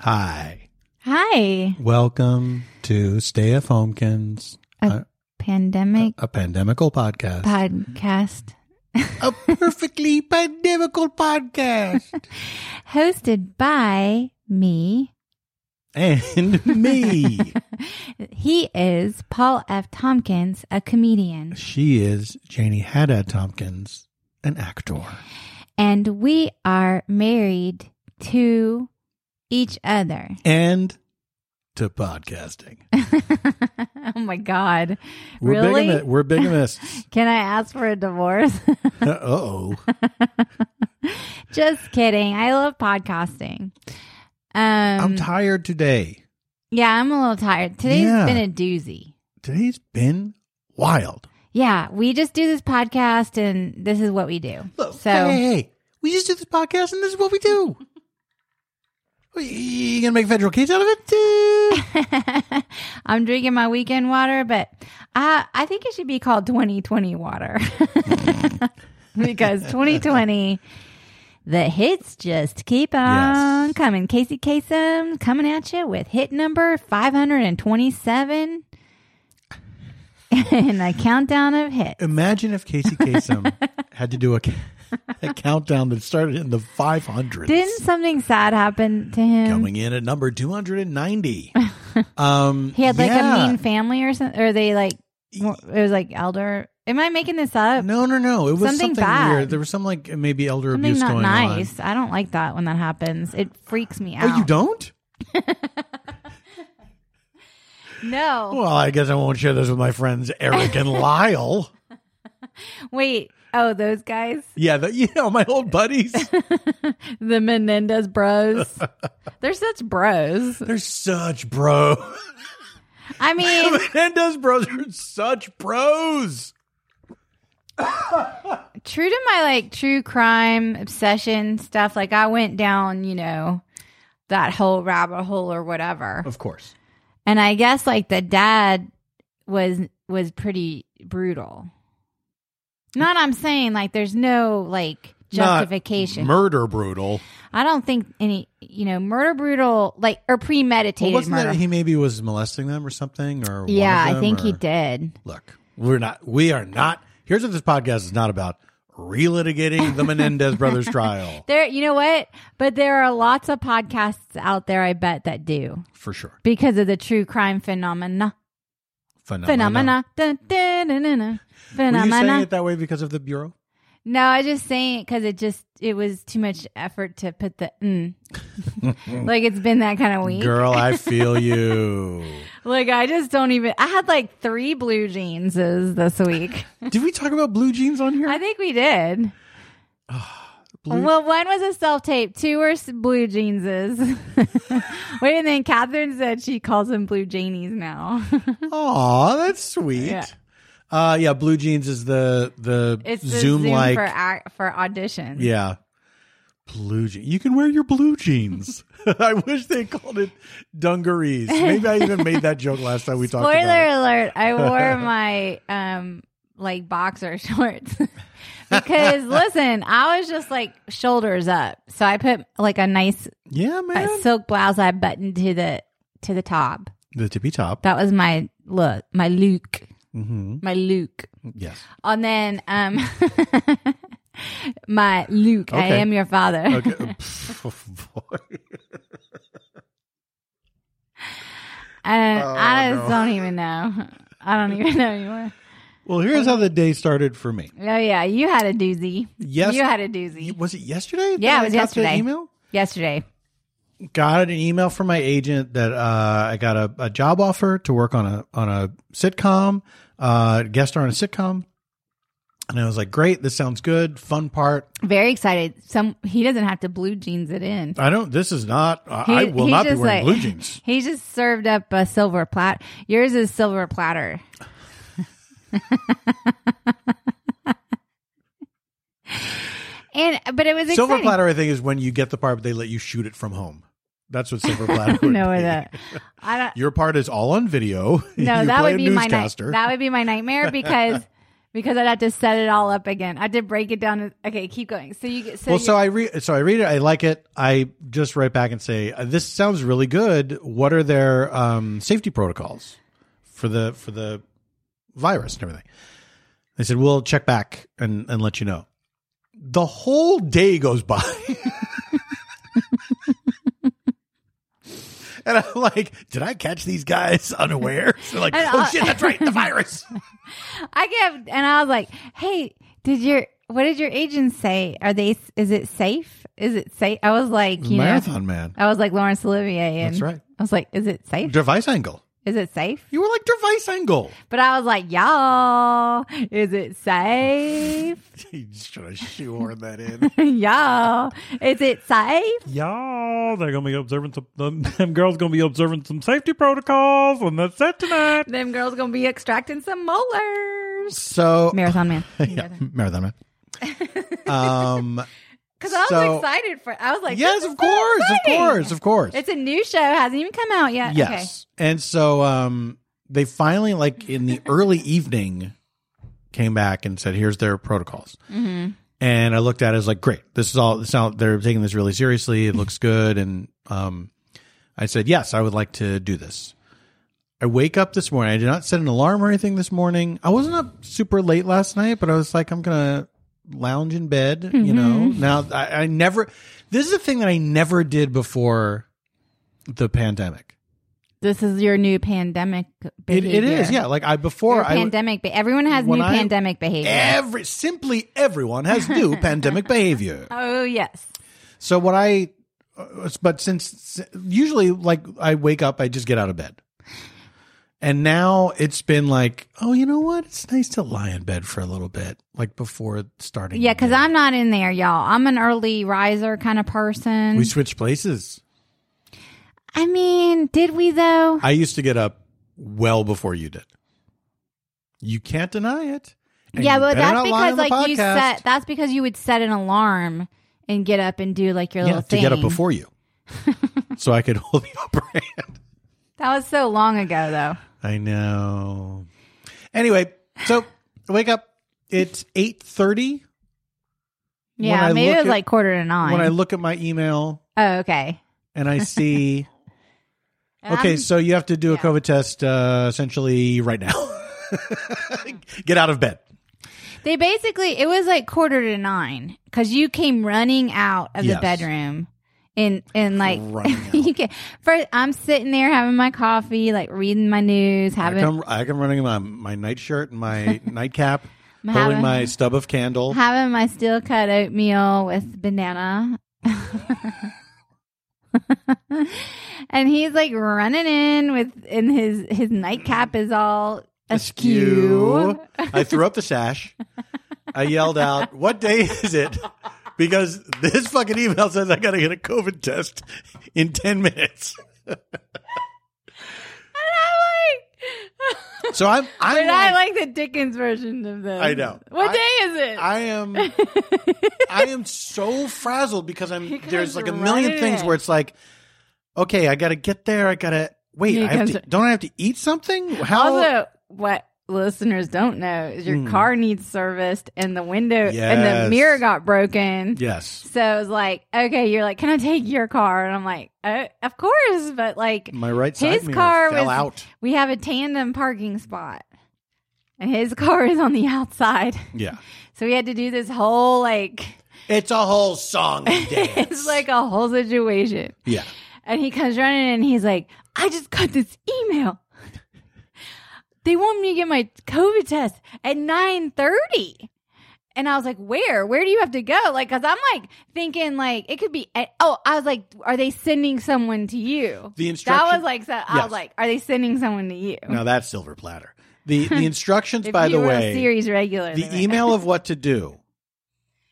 Hi. Hi. Welcome to Stay F Homekins, A pandemic a pandemical podcast. podcast a perfectly pandemical podcast. hosted by me. And me. He is Paul F. Tompkins, a comedian, She is Janie Haddad Tompkins, an actor. and we are married to each other. And to podcasting. oh my God. We're really? bigami- we're bigamists. Can I ask for a divorce? uh oh. Just kidding. I love podcasting. Um, I'm tired today. yeah, I'm a little tired. Today's Yeah. been a doozy. Today's been wild. Yeah, we just do this podcast and this is what we do. Look, so, hey, hey, hey, we just do this podcast, and this is what we do. What, You gonna make a federal case out of it? Uh, I'm drinking my weekend water, but I I think it should be called 2020 water. because 2020 the hits just keep on coming. Casey Kasem coming at you with hit number 527 and a countdown of hits. Imagine if Casey Kasem had to do a, a countdown that started in the 500s, Didn't something sad happen to him? coming in at number 290. Um, He had like yeah. a mean family or something, or they like wa- it was like elder. Am I making this up? No, no, no. It was something, Something bad. weird. There was some like maybe elder Something abuse not going nice. I don't like that when that happens. It freaks me on. out. Oh, you don't? No, Well, I guess I won't share this with my friends Eric and Lyle. wait. Oh, those guys, Yeah, the, you know my old buddies. the Menendez Bros. They're such bros. They're such bros. I mean, Menendez bros are such bros. true to my like true crime obsession stuff. Like I went down, you know, that whole rabbit hole or whatever. Of course. And I guess like the dad was was pretty brutal. Not I'm saying like there's no like Not justification. Murder brutal. I don't think any you know murder brutal like or premeditated Well, wasn't murder. that he maybe was molesting them or something? Or one yeah, of I them, think he or- did. Look, we're not. We are not. Here's what this podcast is not about: relitigating the Menendez brothers trial There you know what? But there are lots of podcasts out there I bet that do for sure. because of the true crime phenomena. Phenomena. Dun, dun, dun, dun, dun. Were you saying Phenomena. it that way because of the bureau? No, I was just saying it because it just it was too much effort to put the mm. like it's been that kind of week. Girl, I feel you. Like I just don't even. I had like three blue jeans this week. Did we talk about blue jeans on here? I think we did. Blue- Well, one was a self tape. Two were s- blue jeanses. Wait, and then Catherine said she calls them blue Janies now. Aw, that's sweet. Yeah. Uh, yeah, blue jeans is the the it's the Zoom like for ac- for auditions. yeah. Blue jeans. You can wear your blue jeans. I wish they called it dungarees. Maybe I even made that joke last time we talked Spoiler about it. alert, I wore my um like boxer shorts. because listen, I was just like shoulders up. So I put like a nice Yeah, uh, man. silk blouse I buttoned to the to the top. The tippy top. That was my look, my look, Mm-hmm. my look. Yes. And then um my Luke, I Okay. am your father. Okay. Pff, boy. And Oh, I no. just don't even know. I don't even know anymore. Well, here's how the day started for me. Oh yeah, you had a doozy. Yes. You had a doozy. was it yesterday? that Yeah, it I was got the yesterday. Email. yesterday. got an email from my agent that uh, I got a, a job offer to work on a on a sitcom, uh, guest star on a sitcom, and I was like, "Great, this sounds good, fun part." Very excited. Some he doesn't have to blue jeans it in. I don't. This is not. I, He- I will he's not be just wearing like- blue jeans. He just served up a silver plat. Yours is silver platter. and but it was Silver exciting. platter, I think, is when you get the part, but they let you shoot it from home. That's what silver platter. would No, be. that I don't. Your part is all on video. No, you that play would a be my night, newscaster. that would be my nightmare because because I'd have to set it all up again. I did break it down. Okay, keep going. So you get so, well, so you're- I read, so I read it. I like it. I just write back and say, uh, "This sounds really good. What are their um, safety protocols for the for the virus and everything?" They said, "We'll check back and and let you know." The whole day goes by, and I'm like, "Did I catch these guys unaware?" So like, And uh, "Oh I- shit, that's right, the virus." I kept and I was like, "Hey, did your what did your agents say? Are they is it safe? Is it safe?" I was like, you know, Marathon man, I was like Laurence Olivier, and that's right. I was like, "Is it safe? Device angle. Is it safe?" You were like device angle. But I was like, "Y'all, is it safe? You just trying to shoehorn that in. Y'all, is it safe?" Y'all, they're gonna be observing some. Them, them girls gonna be observing some safety protocols, and that's it tonight. Them girls gonna be extracting some molars. So Marathon man. yeah, marathon man. um, Because I was So- excited for. I was like, yes, this of is so course, of exciting. course, of course. It's a new show. Hasn't even come out yet. yes, and so um, they finally, like in the early evening, came back and said, "Here's their protocols." Okay. Mm-hmm. And I looked at it, I was like, "Great, this is all. This sound, they're taking this really seriously. It looks good." And um, I said, "Yes, I would like to do this." I wake up this morning. I did not set an alarm or anything this morning. I wasn't up super late last night, but I was like, I'm gonna lounge in bed. You know, now I, I never. This is a thing that I never did before the pandemic. This is your new pandemic. It, Behavior. it is, yeah. Like I before, Your I would- pandemic. Be- everyone has when new I- pandemic behavior. every simply everyone has new pandemic behavior. oh yes. So what I, uh, but since usually like I wake up, I just get out of bed. And now it's been like, oh, you know what? It's nice to lie in bed for a little bit, like before starting. Yeah, because the day. I'm not in there, y'all. I'm an early riser kind of person. we switched places. I mean, did we though? I used to get up well before you did. You can't deny it. And yeah, you but better that's not lie on because the like you podcast. set. That's because you would set an alarm and get up and do like your yeah, little to thing. get up before you, so I could hold the upper hand. That was so long ago, though. I know. Anyway, so I wake up. It's eight thirty. When Yeah, I maybe look it was at- like quarter to nine. When I look at my email oh, okay. and I see, And okay, I'm- so you have to do a yeah. COVID test uh, essentially right now. Get out of bed. they basically it was like quarter to nine because you came running out of Yes. the bedroom. And, and like Running out. you can first I'm sitting there having my coffee, like reading my news, I having come, I come running in my, my nightshirt and my nightcap, I'm holding having, my stub of candle. having my steel cut oatmeal with banana. and he's like running in with and his his nightcap is all askew. I threw up the sash. I yelled out, What day is it? Because this fucking email says I got to get a COVID test in 10 minutes. I'm like So I'm, I'm But I like- like the Dickens version of this. I know. What I- day is it? I am I am so frazzled because I'm He comes there's like a right million things in. where it's like, okay, I gotta get there. I gotta wait. He I have comes to, right- don't I have to eat something? How? also, what listeners don't know is your Mm. car needs serviced and the window and Yes. the mirror got broken. yes, So it was like, okay, you're like, can I take your car? And I'm like, oh, of course. But like, my right Mm, side His mirror car fell was- out. we have a tandem parking spot and his car is on the outside. Yeah, So we had to do this whole like, it's a whole song. and dance. it's like a whole situation. yeah, And he comes running in and he's like, I just got this email. They want me to get my COVID test at 930. And I was like, where? Where do you have to go? Like, cause I'm like thinking like it could be, at, oh, I was like, are they sending someone to you? the That instruction. was like, so I Yes. was like, are they sending someone to you? now that's silver platter. The the instructions, If by you the were way, a series regular. the then- email of what to do.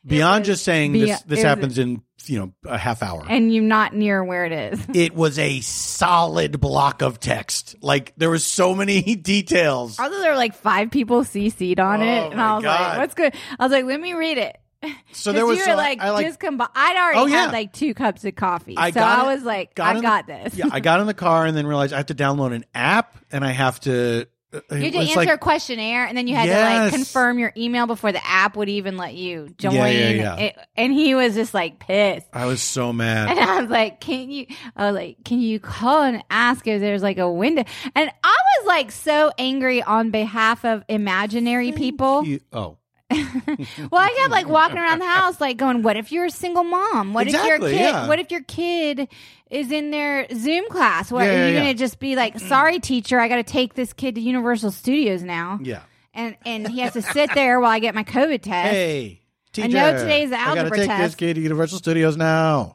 Beyond was just saying this, be- this it was- happens in you know a half hour. and you're not near where it is. it was a solid block of text. Like there was so many details. Also, there were like five people CC'd on Oh, it, and my I was God. like, what's good? I was like, let me read it. So there was you so were I- like, I like just come by. I'd already Oh, yeah. had like two cups of coffee, I so got I it- was like, got I in the- got this. yeah, I got in the car and then realized I have to download an app and I have to You had to it's answer like- a questionnaire, and then you had to like Yes. confirm your email before the app would even let you join. Yeah, yeah, yeah. It- and he was just like pissed. I was so And mad. I was like, "Can you?" I was like, "Can you call and ask if there's like a window?" And I was like so angry on behalf of imaginary people. You- oh, Well, I kept like walking around the house, like going, "What if you're a single mom? What if your Exactly, kid? yeah. What if your kid is in their Zoom class? What Yeah, are yeah, you yeah. gonna just be like, sorry, teacher, I got to take this kid to Universal Studios now, yeah. and and he has to sit there while I get my COVID test." Hey, I teacher. know today's the I gotta algebra take this test. kid to Universal Studios now.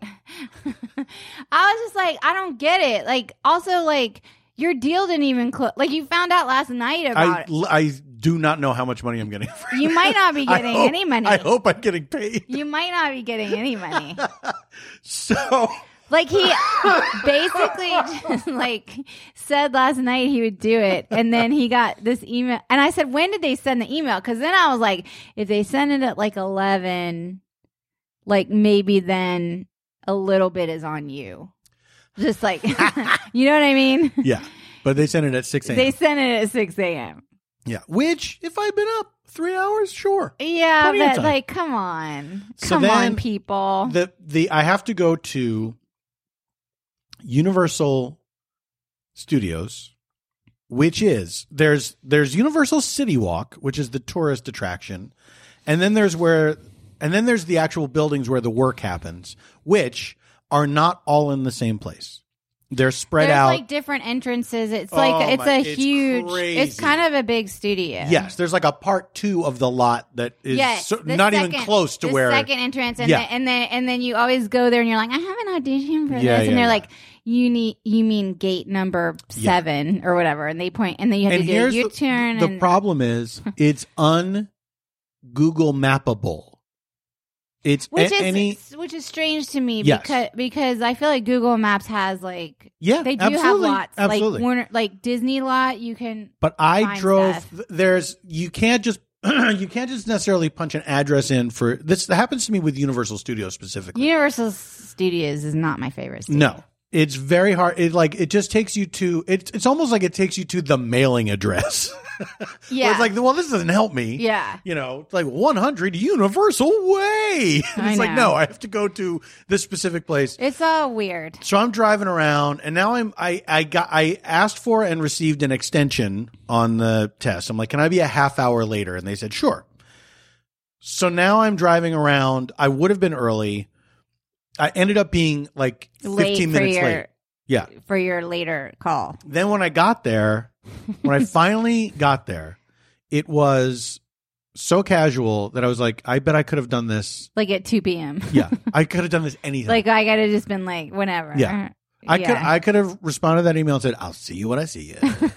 I was just like, I don't get it. Like, also like. Your deal didn't even close. Like you found out last night I, about it. I do not know how much money I'm getting. For You might not be I getting hope- any money. I hope I'm getting paid. You might not be getting any money. So Like he basically just like said last night he would do it, and then he got this email. And I said, "When did they send the email?" Because then I was like, "If they send it at like eleven, like maybe then a little bit is on you." Just like you know what I mean? yeah, but they sent it at six a.m. They sent it at six a.m. yeah, which if I've been up three hours, sure. Yeah, Plenty of but time. like, come on, So come then on, people. The the I have to go to Universal Studios, which is there's there's Universal City Walk, which is the tourist attraction, and then there's where and then there's the actual buildings where the work happens, which are not all in the same place. They're spread There's out. like different entrances. It's Oh like it's my- a it's huge. It's crazy. kind of a big studio. Yes, there's like a part two of the lot that is Yes, so, the not even second- close to the where. second entrance, and Yeah. then, and then and then you always go there, and you're like, I have an audition for Yeah, this, yeah, and they're yeah. like, you need you mean gate number Yeah. seven or whatever, and they point, and then you have and to do a here's U turn. the, the and problem is it's un Google mappable. It's a- which is any which is strange to me Yes. because because I feel like Google Maps has like yeah, they do absolutely, have lots absolutely. like Warner like Disney lot you can but I find drove. stuff. th- There's you can't just you can't just necessarily punch an address in for this. That happens to me with Universal Studios specifically. Universal Studios is not my favorite. studio. No. It's very hard. It like it just takes you to it's it's almost like it takes you to the mailing address. Where yeah, it's like, well, this doesn't help me. yeah. you know, it's like 100 Universal Way. And I it's like, know. no, I have to go to this specific place. It's all weird. So I'm driving around, and now I'm I I got I asked for and received an extension on the test. I'm like, can I be a half hour later? And they said, sure. So now I'm driving around. I would have been early. I ended up being like 15 Late for minutes your- late. Yeah. for your later call. Then when I got there, when I finally got there, it was so casual that I was like, I bet I could have done this like at 2 p.m. yeah, I could have done this anytime. like I gotta just been like whenever. Yeah. I could Yeah. I could have responded to that email and said, "I'll see you when I see you."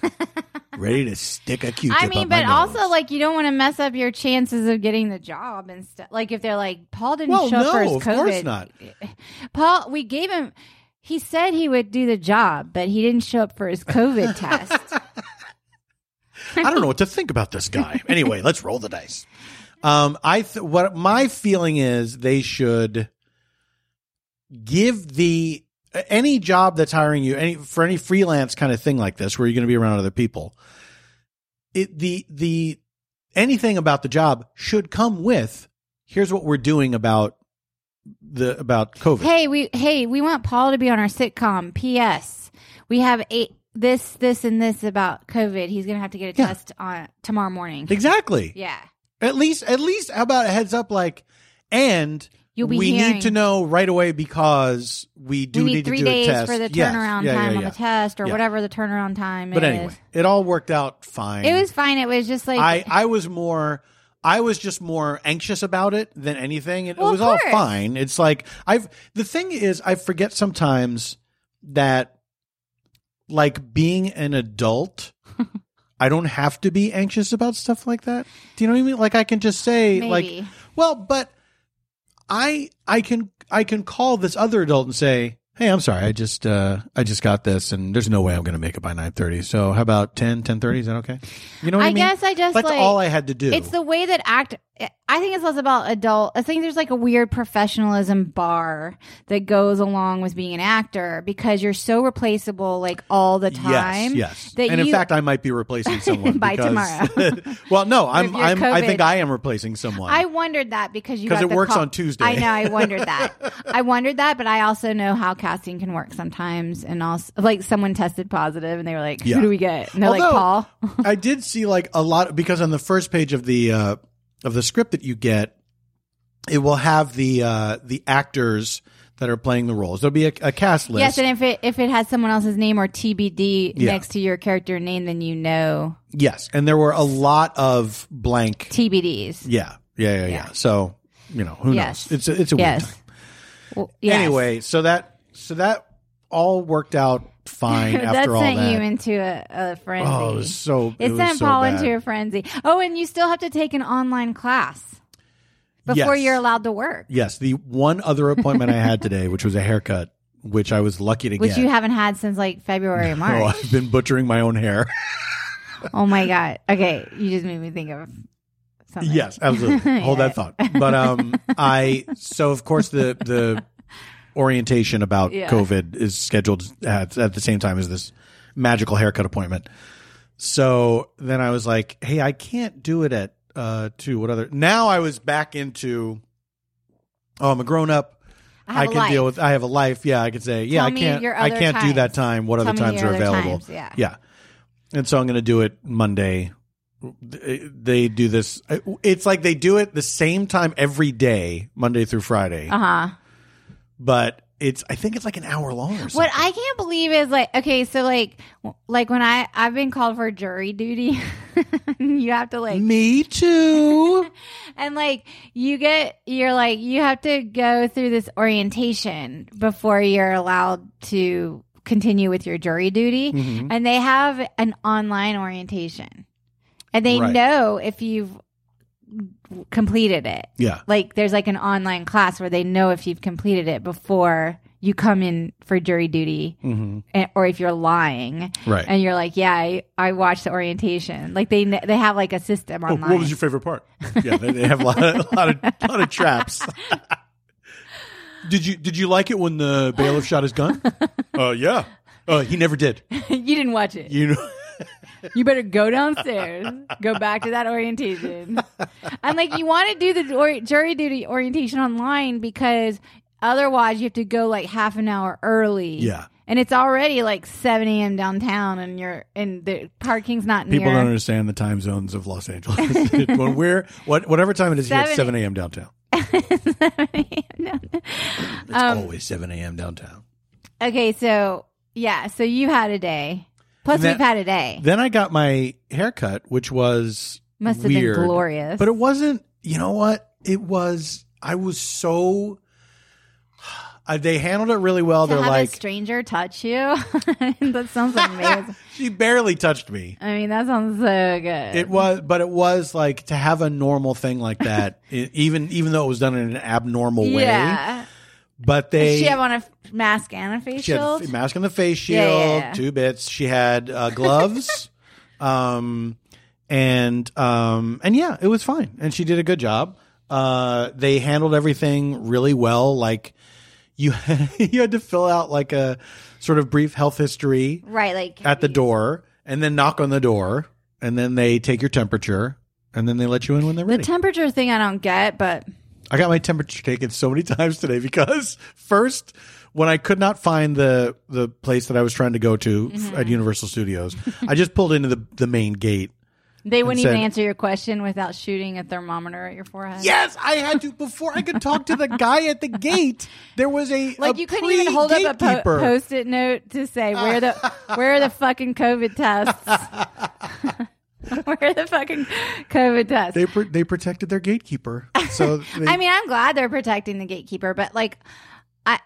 Ready to stick a Q-tip. I mean, up my but also nose. like you don't want to mess up your chances of getting the job and stuff. Like if they're like Paul didn't Well, show up for no, his of COVID. course not. Paul, we gave him. He said he would do the job, but he didn't show up for his COVID test. I don't know what to think about this guy. Anyway, let's roll the dice. Um, I th- what my feeling is they should give the any job that's hiring you any for any freelance kind of thing like this where you're going to be around other people. It the the anything about the job should come with here's what we're doing about the about COVID. hey, we hey we want Paul to be on our sitcom. P.S. We have eight this this and this about COVID. He's gonna have to get a Yeah. test on tomorrow morning. Exactly. Yeah, At least at least how about a heads up like and you'll be. we hearing- need to know right away because we do we need, need, three to do days a test for the Yes. turnaround Yeah, time yeah, on yeah. the test or Yeah. whatever the turnaround time But is. anyway, it all worked out fine. It was fine. It was just like I I was more I was just more anxious about it than anything. It, Well, it was of all course. fine. It's like I've the thing is I forget sometimes that like being an adult I don't have to be anxious about stuff like that. Do you know what I mean? Like I can just say maybe. like well, but I I can I can call this other adult and say, "Hey, I'm sorry. I just uh I just got this and there's no way I'm going to make it by 9:30. So, how about 10 10:30? Is that okay?" You know what I, I, mean? guess I just That's like all I had to do. it's the way that act I think it's less about adult. I think there's like a weird professionalism bar that goes along with being an actor because you're so replaceable like all the time. Yes, yes. That and you, in fact, I might be replacing someone By because- well, no, I'm. your I'm. I think COVID. I am replacing someone. I wondered that because you 'Cause got it the works call- on Tuesday. I know. I wondered that. I wondered that, but I also know how casting can work sometimes. And also, like someone tested positive, and they were like, Yeah. "Who do we get?" And they're like, Although- "Paul." I did see like a lot because on the first page of the uh, of the script that you get, it will have the uh, the actors that are playing the roles. There'll be a, a cast list. Yes, and if it if it has someone else's name or TBD Yeah. next to your character name, then you know yes, and there were a lot of blank. TBDs. yeah, yeah, yeah, yeah. Yeah. So you know who Yes. knows? It's a, it's a weird time. Yes. Well, yes. Anyway, so that so that all worked out fine that after all sent that. you into a, a frenzy. oh, it was so. it was sent so Paul bad. into a frenzy. Oh, and you still have to take an online class before Yes. you're allowed to work, Yes, the one other appointment I had today, which was a haircut, which I was lucky to which get. you haven't had since like February or Oh, March. I've been butchering my own hair. oh my god. Okay, you just made me think of something. yes, absolutely. Hold that thought. But um, I so of course the the orientation about Yeah. COVID is scheduled at, at the same time as this magical haircut appointment. So then I was like, hey, I can't do it at uh two. What other? Now I was back into. Oh, I'm a grown up. I have a can life. deal with. I have a life. Yeah, I could say. Yeah, Tell I me can't. your I other can't do times. that time. What Tell other me times your are other available? times, yeah. yeah. And so I'm going to do it Monday. They they do this. It's like they do it the same time every day, Monday through Friday. Uh huh. But it's. I think it's like an hour long or something. What I can't believe is like okay, so like w- like when I I've been called for jury duty, you have to like Me too. and like you get you're like you have to go through this orientation before you're allowed to continue with your jury duty, Mhm. and they have an online orientation, and they Right. know if you've completed it. Yeah. Like there's like an online class where they know if you've completed it before you come in for jury duty hmm and, or if you're lying Right. and you're like, yeah, I, I watched the orientation. Like they kn- they have like a system Oh, online. what was your favorite part? Yeah, they, they have a lot, of, a lot of a lot of traps. did you did you like it when the bailiff shot his gun? Uh, yeah. Uh, he never did. you didn't watch it. You know. You better go downstairs, go back to that orientation. And like you want to do the or- jury duty orientation online because otherwise you have to go like half an hour early. Yeah. And it's already like 7 a.m. downtown, and you're and the parking's not near. People don't understand the time zones of Los Angeles. when we're what, whatever time it is here, it's Seven- seven a.m. downtown. 7 a.m. downtown. It's um, always seven a.m. downtown. Okay, so yeah, so you had a day. Plus, That- we've had a day. Then I got my haircut, which was Must have weird, been glorious. but it wasn't. You know what? It was. I was so. I, they handled it really well. to They're have like a stranger touch you. that sounds amazing. she barely touched me. I mean, that sounds so good. It was, but it was like to have a normal thing like that, e- even even though it was done in an abnormal way. Yeah. But they Did she have on a f- mask and a face She had shield? a mask and the face shield, Yeah, yeah, yeah. two bits. She had uh, gloves, um, and um, and yeah, it was fine. And she did a good job. Uh, they handled everything really well. Like you, you had to fill out like a sort of brief health history right, like at the door, and then knock on the door, and then they take your temperature, and then they let you in when they're the ready. temperature thing. I don't get, but I got my temperature taken so many times today because first, when I could not find the the place that I was trying to go to f- Mm-hmm. at Universal Studios, I just pulled into the the main gate. they wouldn't said- even answer your question without shooting a thermometer at your forehead. Yes, I had to before I could talk to the guy at the gate. There was a Like a you couldn't even hold up a po- pre-gatekeeper. post-it note to say where the where are the fucking COVID tests? where are the fucking COVID tests? They pr- they protected their gatekeeper. So they, I mean, I'm glad they're protecting the gatekeeper, but like, I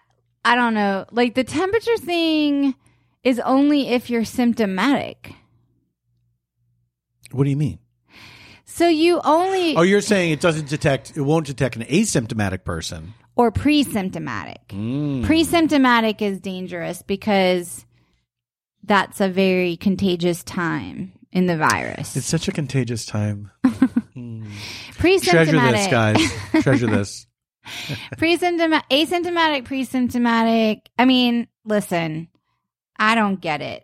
I don't know. Like the temperature thing is only if you're symptomatic. what do you mean? So you only Oh, you're saying it doesn't detect. It won't detect an asymptomatic person. or pre-symptomatic. Mm. Pre-symptomatic is dangerous because that's a very contagious time in the virus. It's such a contagious time. Hmm. Treasure this, Pre-symptomatic. guys. Treasure this. Presymptomatic, asymptomatic, presymptomatic. I mean, listen, I don't get it.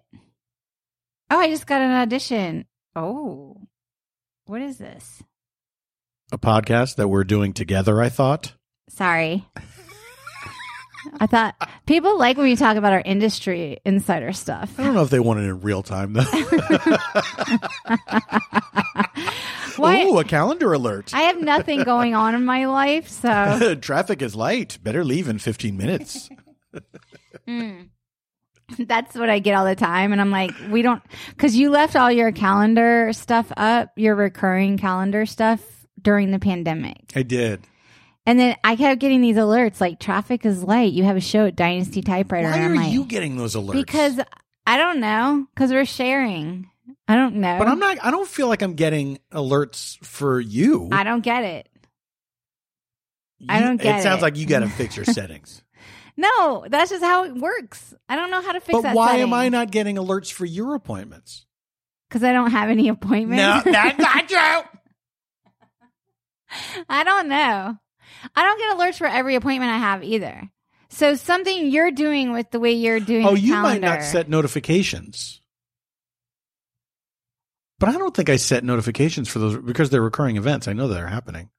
Oh, I just got an audition. Oh, what is this? A podcast that we're doing together, I thought. Sorry. I thought people like when we talk about our industry insider stuff. I don't know if they want it in real time, though. Why? Ooh, a calendar alert. I have nothing going on in my life, so Traffic is light. Better leave in 15 minutes. Mm. That's what I get all the time. And I'm like, we don't, because you left all your calendar stuff up, your recurring calendar stuff during the pandemic. I did. And then I kept getting these alerts like, traffic is light. You have a show at Dynasty Typewriter. Why and I'm are like, you getting those alerts? because I don't know, because we're sharing. I don't know. but I'm not. I don't feel like I'm getting alerts for you. I don't get it. I You- don't get It sounds it. like you got to fix your settings. No, that's just how it works. I don't know how to fix but that. why am I not getting alerts for your appointments? Because I don't have any appointments. No, that's not true. I don't know. I don't get alerts for every appointment I have either. So something you're doing with the way you're doing. Oh, the you might calendar. not set notifications. But I don't think I set notifications for those because they're recurring events. I know they're happening.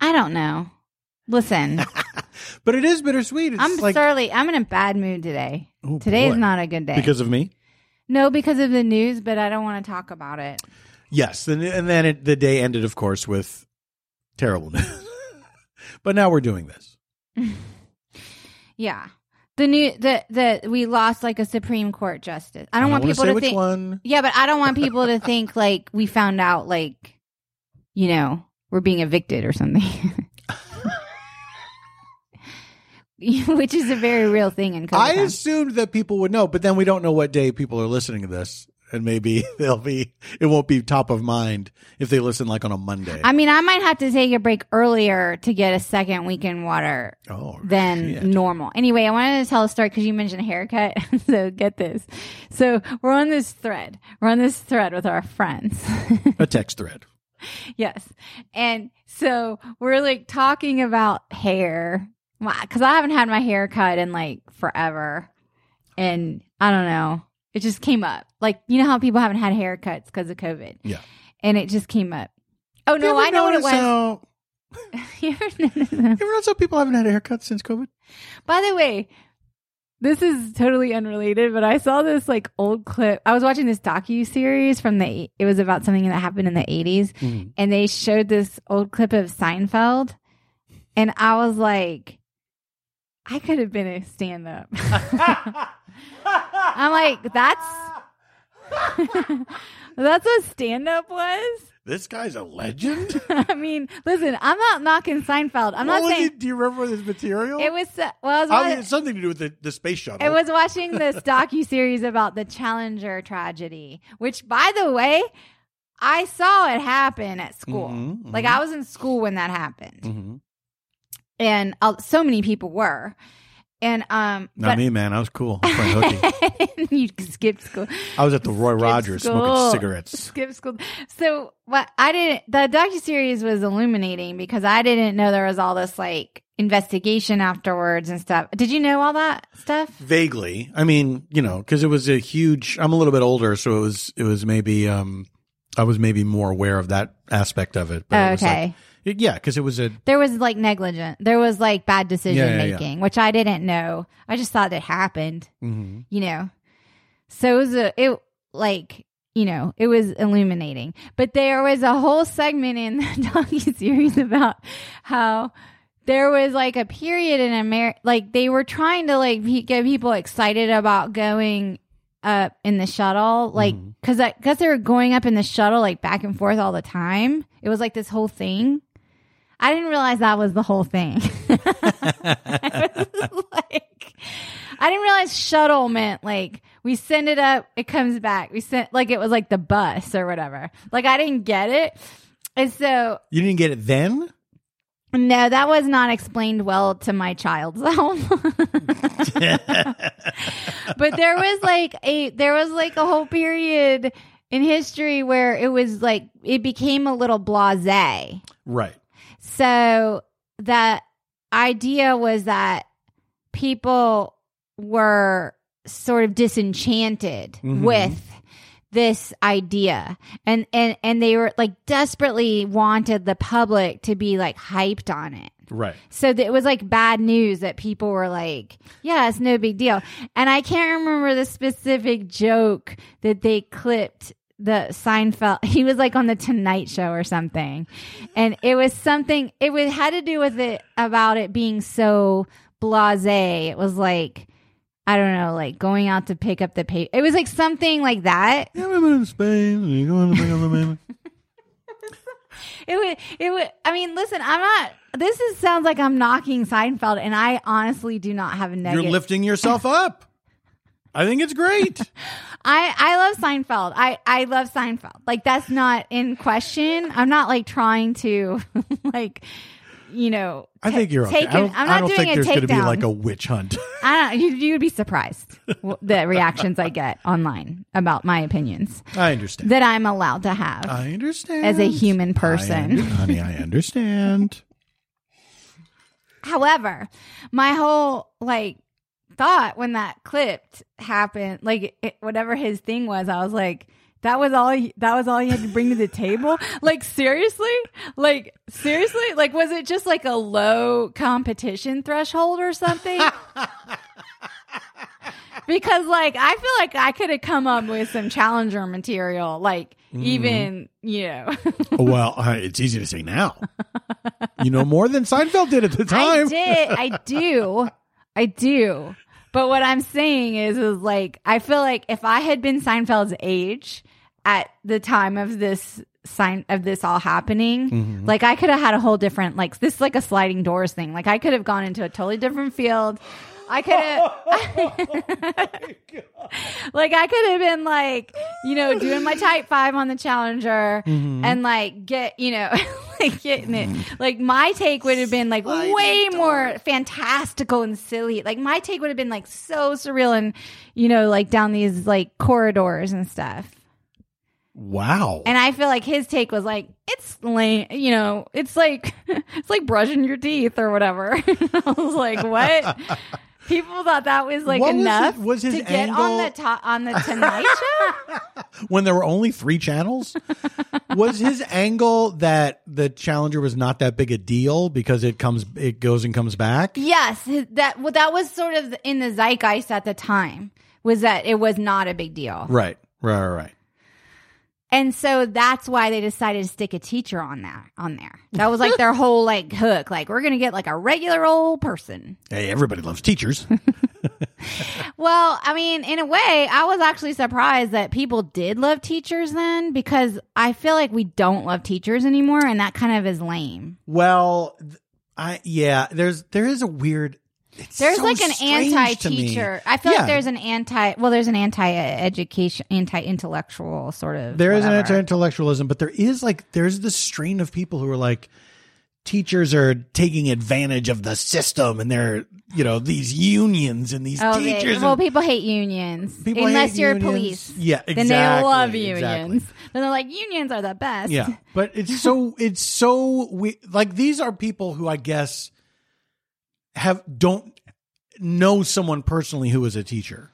I don't know. Listen, But it is bittersweet. It's I'm like surly. I'm in a bad mood today. Oh, today boy. is not a good day. because of me. no, because of the news, but I don't want to talk about it. Yes, and, and then it, the day ended, of course, with terrible news. but now we're doing this. Yeah, the new the the we lost like a Supreme Court justice. I don't, want wanna people say to which think. one. Yeah, but I don't want people to think like we found out like, you know, we're being evicted or something. Which is a very real thing in COVID. I time. assumed that people would know, but then we don't know what day people are listening to this, and maybe they'll be. It won't be top of mind if they listen like on a Monday. I mean, I might have to take a break earlier to get a second weekend water oh, than shit. normal. Anyway, I wanted to tell a story because you mentioned a haircut. so get this. So we're on this thread. We're on this thread with our friends. a text thread. Yes. And so we're like talking about hair because I haven't had my hair cut in like forever. And I don't know. It just came up. Like, you know how people haven't had haircuts because of COVID? Yeah. And it just came up. Oh, no, You ever I know what it notice was. How, You ever notice- you ever notice how people haven't had a haircut since COVID? By the way, this is totally unrelated, but I saw this like old clip. I was watching this docu series from the. It was about something that happened in the 80s Mhm. and they showed this old clip of Seinfeld, and I was like, I could have been a stand up. I'm like, that's that's what stand up was. This guy's a legend. I mean, listen, I'm not knocking Seinfeld. What I'm not was saying it- do you remember this material? it was. uh, Well, I was I mean, wa- it's something to do with the, the space shuttle. I was watching this docu series about the Challenger tragedy, which, by the way, I saw it happen at school. Mhm, Like mhm. I was in school when that happened, Mhm. and uh, so many people were. And um, Not me, man. I was cool. I was playing hooky. but you skipped school. I was at the Roy Skip Rogers school. smoking cigarettes. Skip school. So what I didn't the docu series was illuminating because I didn't know there was all this like investigation afterwards and stuff. Did you know all that stuff? Vaguely, I mean, you know, because it was a huge. I'm a little bit older, so it was it was maybe um, I was maybe more aware of that aspect of it. it was okay. like- it- yeah, because it was a There was like negligent. There was like bad decision yeah, yeah. making, which I didn't know. I just thought it happened, mhm. you know. So it was a, it like you know it was illuminating. But there was a whole segment in the docu series about how there was like a period in America, like they were trying to like pe- get people excited about going up in the shuttle, like because because they were going up in the shuttle like back and forth all the time. It was like this whole thing. I didn't realize that was the whole thing. I was like, I didn't realize shuttle meant like we send it up, it comes back. We sent like it was like the bus or whatever. Like I didn't get it, and so You didn't get it then. no, that was not explained well to my child self. but there was like a there was like a whole period in history where it was like it became a little blasé. Right. So the idea was that people were sort of disenchanted Mhm. with this idea and and and they were like desperately wanted the public to be like hyped on it Right. so that it was like bad news that people were like, yeah, it's no big deal. And I can't remember the specific joke that they clipped the Seinfeld. He was like on the Tonight Show or something. And it was something, it was, had to do with it about it being so blase. It was like, I don't know, like going out to pick up the paper. It was like something like that. Yeah, we've been in Spain. and You're going to bring up the baby. It would. It would. I mean, listen. I'm not. This is sounds like I'm knocking Seinfeld, and I honestly do not have a You're negative. lifting yourself up. I think it's great. I I love Seinfeld. I I love Seinfeld. Like that's not in question. I'm not like trying to like you know. I think you're okay. taken- I don't, I'm I not don't doing think a there's going to be takedown. like a witch hunt. I don't. You, you'd be surprised w- the reactions I get online about my opinions I understand. that I'm allowed to have. I understand. As a human I person. under- honey, I understand. However, my whole like thought when that clipped happened, like it, whatever his thing was, I was like, that was all. You, that was all you had to bring to the table. like seriously, like seriously, like was it just like a low competition threshold or something? because like I feel like I could have come up with some challenger material, like even you know. Oh, well, I, it's easy to say now. You know more than Seinfeld did at the time. I did. I do. I do. But what I'm saying is, is like I feel like if I had been Seinfeld's age at the time of this sign of this all happening, like I could have had a whole different like this is like a sliding doors thing. Like I could have gone into a totally different field. I could have, like, I could have been like, you know, doing my type five on the challenger Mm-hmm. and like get, you know, like getting it. Like my take would have been like way more fantastical and silly. Like my take would have been like so surreal and, you know, like down these like corridors and stuff. Wow. And I feel like his take was like, it's lame, you know, it's like, it's like brushing your teeth or whatever. I was like, what? People thought that was like What was enough his- was his to get on angle- the to- on the Tonight Show. when there were only three channels, was his angle that the challenger was not that big a deal because it comes, it goes and comes back? yes, his- that well, that was sort of in the zeitgeist at the time was that it was not a big deal, Right. Right. Right. right. and so that's why they decided to stick a teacher on that on there. That was like their whole like hook, like we're gonna get like a regular old person. Hey, everybody loves teachers. Well, I mean, in a way, I was actually surprised that people did love teachers then because I feel like we don't love teachers anymore and that kind of is lame. Well, th- I yeah, there's there is a weird. It's There's so like an strange to me. anti-teacher. I feel Yeah. like there's an anti well, there's an anti-education, anti-intellectual sort of There is an whatever. anti-intellectualism, but there is like there's this strain of people who are like teachers are taking advantage of the system, and they're you know these unions and these Oh, they- teachers. well, and people hate unions people unless hate you're unions. police. Yeah, exactly. then they love exactly. unions. Then they're like unions are the best. Yeah, but it's so it's so we like these are people who I guess have don't know someone personally who is a teacher.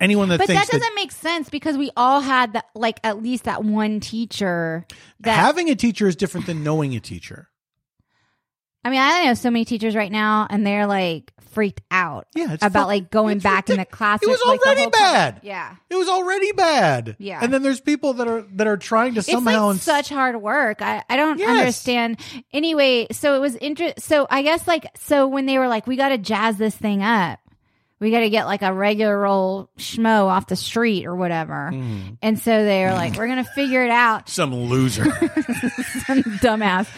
Anyone that But thinks that doesn't make sense because we all had that, like at least that one teacher that having a teacher is different than knowing a teacher. I mean, I know so many teachers right now, and they're like freaked out Yeah, it's about fuck- like going it's back in the ridic- classroom. It was like, the already whole class- bad. Yeah, It was already bad. Yeah. and then there's people that are that are trying to somehow it's like such hard work. I, I don't Yes. understand. Anyway, so it was interest. So I guess like so when they were like, we got to jazz this thing up. We got to get like a regular old schmo off the street or whatever. Mm. And so they were like, we're going to figure it out. some loser. some dumbass.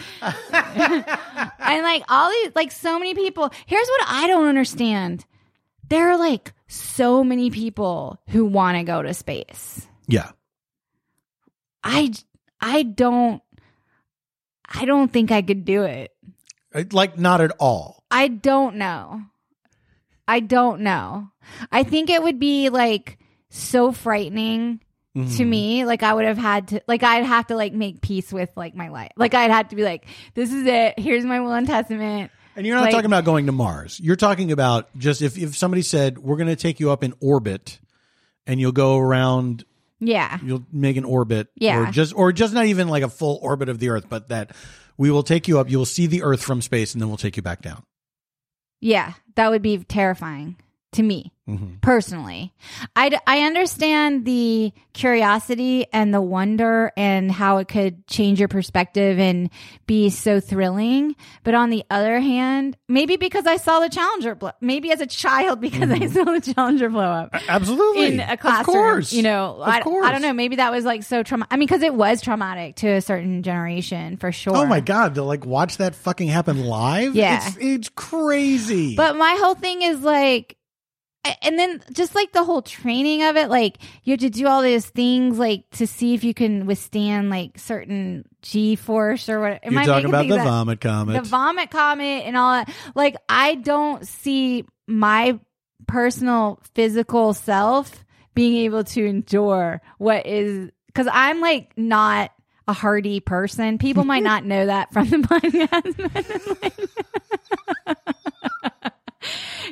and like all these, like so many people. Here's what I don't understand: there are like so many people who want to go to space. yeah, I, I don't, I don't think I could do it. Uh, like not at all. I don't know. I don't know. I think it would be like so frightening to me like i would have had to like i'd have to like make peace with like my life like i'd have to be like this is it here's my will and testament And you're not Like- talking about going to Mars. You're talking about just if, if somebody said, we're going to take you up in orbit and you'll go around, yeah you'll make an orbit. Yeah. Or just, or just not even like a full orbit of the Earth, but that we will take you up. You will see the Earth from space and then we'll take you back down. yeah that would be terrifying to me Mm-hmm. personally i i understand the curiosity and the wonder and how it could change your perspective and be so thrilling but on the other hand maybe because i saw the challenger blow maybe as a child because i saw the challenger blow up Absolutely. in a classroom. Mm-hmm. Of course. You know, Of I, course. I don't know. Maybe that was like so trauma. I mean, because it was traumatic to a certain generation for sure. Oh my God. To like watch that fucking happen live. Yeah. It's, it's crazy. But my whole thing is like, a- and then just like the whole training of it, like you have to do all those things, like to see if you can withstand like certain G force or what. am you're I talking making about things the up? vomit comet. the vomit comet and all that. Like, I don't see my personal physical self being able to endure what is because I'm like not a hardy person. People might not know that from the podcast.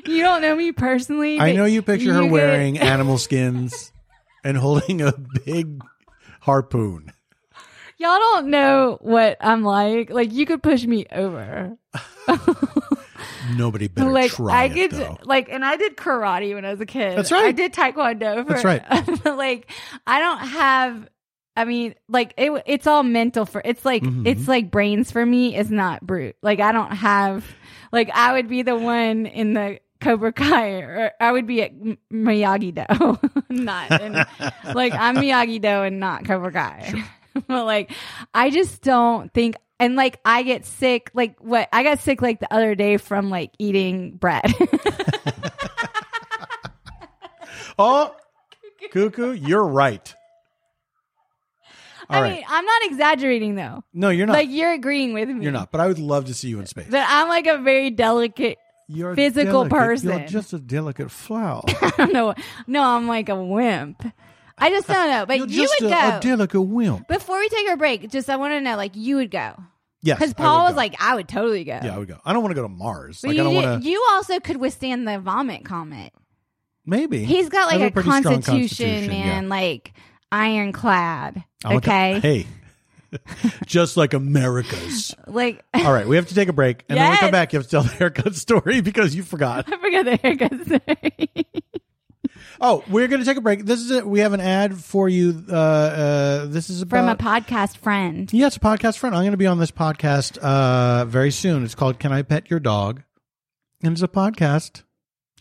you don't know me personally. I but know you picture her get- wearing animal skins and holding a big harpoon. Y'all don't know what I'm like. Like, you could push me over. Nobody better like try I it did though. like and I did karate when I was a kid. That's right. I did taekwondo for That's right. like I don't have I mean like it, it's all mental for it's like Mhm. it's like brains for me is not brute. Like I don't have like I would be the one in the Cobra Kai or I would be at M- Miyagi Do. not in, like I'm Miyagi Do and not Cobra Kai. but like I just don't think and like I get sick like what I got sick like the other day from like eating bread. Oh, cuckoo, you're right. I All right, mean, I'm not exaggerating though. no, you're not. Like you're agreeing with me. you're not. But I would love to see you in space. That I'm like a very delicate You're physical delicate. You're person. just just a delicate flower. I don't know. No, I'm like a wimp. I just don't know. But you're you just would a, go. delicate wimp. Before we take our break, just I want to know like you would go. Yes, Cuz I Paul would was go. like I would totally go. yeah, I would go. I don't want to go to Mars. But Like, you, I don't did- want to. you also could withstand the vomit comment. Maybe He's got I like have a pretty strong constitution, yeah. man, like ironclad. I want to- okay. hey, just like America's. Like All right, we have to take a break, and then when we Yes. come back, you have to tell the haircut story because you forgot. I forgot the haircut story. Oh, we're going to take a break. This is it. We have an ad for you. Uh, uh, this is From a about podcast friend. yeah, it's a podcast friend. I'm going to be on this podcast uh, very soon. It's called "Can I Pet Your Dog?" and it's a podcast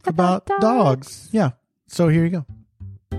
about, dogs. About dogs. Yeah. So here you go.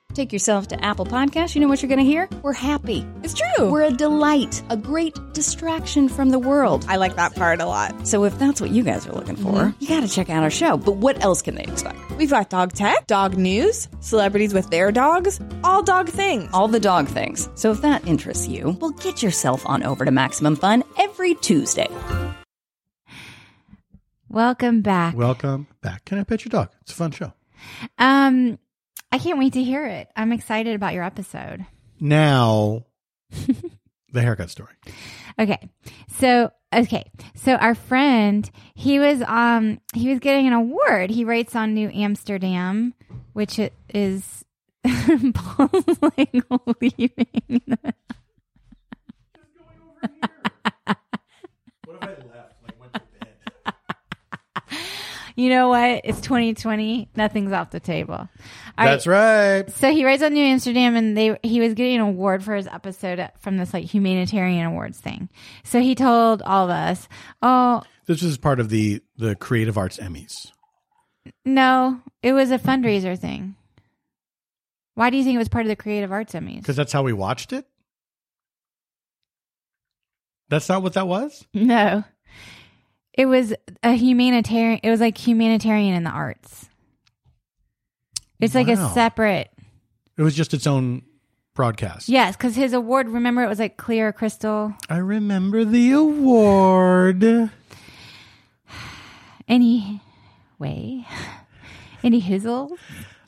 Take yourself to Apple Podcasts. You know what you're going to hear? We're happy. It's true. We're a delight, a great distraction from the world. I like that part a lot. So if that's what you guys are looking for, you got to check out our show. But what else can they expect? We've got dog tech, dog news, celebrities with their dogs, all dog things. all the dog things. So if that interests you, well, get yourself on over to Maximum Fun every Tuesday. Welcome back. Welcome back. Can I pet your dog? It's a fun show. Um, I can't wait to hear it. I'm excited about your episode. Now, the haircut story. Okay. So, okay. So our friend, he was um he was getting an award. He writes on New Amsterdam, which i- is Paul's like leaving. You know what? It's 2020. Nothing's off the table. All right. That's right. So he writes on New Amsterdam, and they he was getting an award for his episode from this like humanitarian awards thing. So he told all of us, "Oh This is part of the the Creative Arts Emmys. no, it was a fundraiser thing." Why do you think it was part of the Creative Arts Emmys? Because that's how we watched it. That's not what that was. No, it was a humanitarian. It was like humanitarian in the arts. It's like a Wow. separate It was just its own broadcast. Yes, because his award, remember, it was like clear crystal, I remember the award. any way, any hizzle.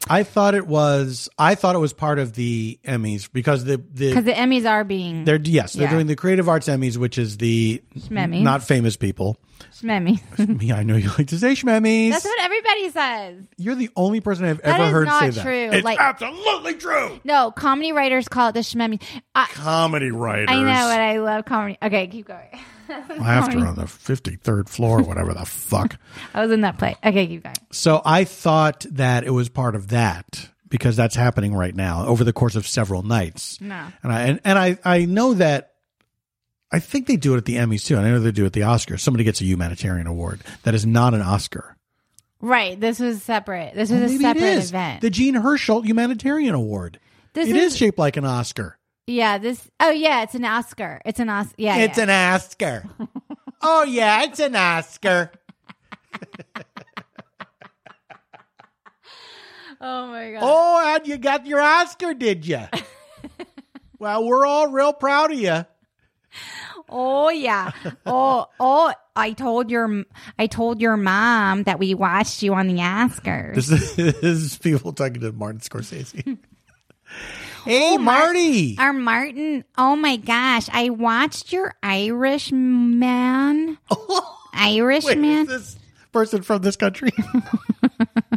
I thought it was. I thought it was part of the Emmys because the the Because the Emmys are being they're yes they're Yeah. doing the Creative Arts Emmys, which is the Shmemmies. not famous people. Shmemmy. Me, I know you like to say Shmemmies. That's what everybody says. You're the only person I've That ever is heard not say that. true. It's Like- absolutely true. No, comedy writers call it the Shmemmy. I, Comedy writers. I know, but I love comedy. Okay, keep going. Laughter on the fifty third floor, whatever the fuck. I was in that play. Okay, keep going. So I thought that it was part of that because that's happening right now over the course of several nights. No. And I and, and I I know that I think they do it at the Emmys too. And I know they do it at the Oscars. Somebody gets a humanitarian award that is not an Oscar. Right. This was separate. This was a Maybe it separate is. event. The Gene Herschel humanitarian award. this it is shaped like an Oscar. Yeah. This. Oh yeah. It's an Oscar. It's an Oscar. Yeah. It's yeah. an Oscar. oh yeah, it's an Oscar. Oh my god. Oh, and you got your Oscar, did you? well, we're all real proud of you. Oh yeah. Oh oh. I told your I told your mom that we watched you on the Oscars. This is, this is people talking to Martin Scorsese. Oh, hey, Marty. Our Martin. Oh my gosh. I watched your Irish man. Wait, Irishman. is this person from this country?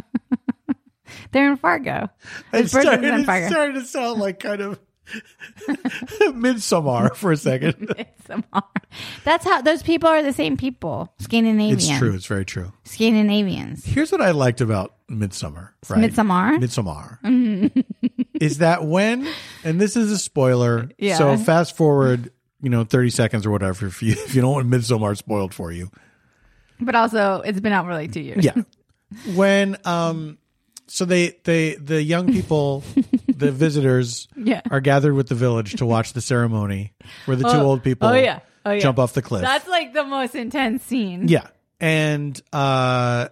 They're in Fargo. It This person's started, in it Fargo. started to sound like kind of Midsommar for a second. It's a mar- That's how those people are the same people. Scandinavian. It's true. It's very true. Scandinavians. Here's what I liked about Midsummer. Right? Midsommar? Mm-hmm. Midsommar. is that when? And this is a spoiler. Yeah. So fast forward, you know, thirty seconds or whatever. If you if you don't want Midsommar spoiled for you, But also, it's been out for like two years. yeah. When um, so they they the young people, the visitors, Yeah. are gathered with the village to watch the ceremony where the two old people, oh, yeah. Oh, yeah. jump off the cliff. That's like the most intense scene. Yeah, and uh,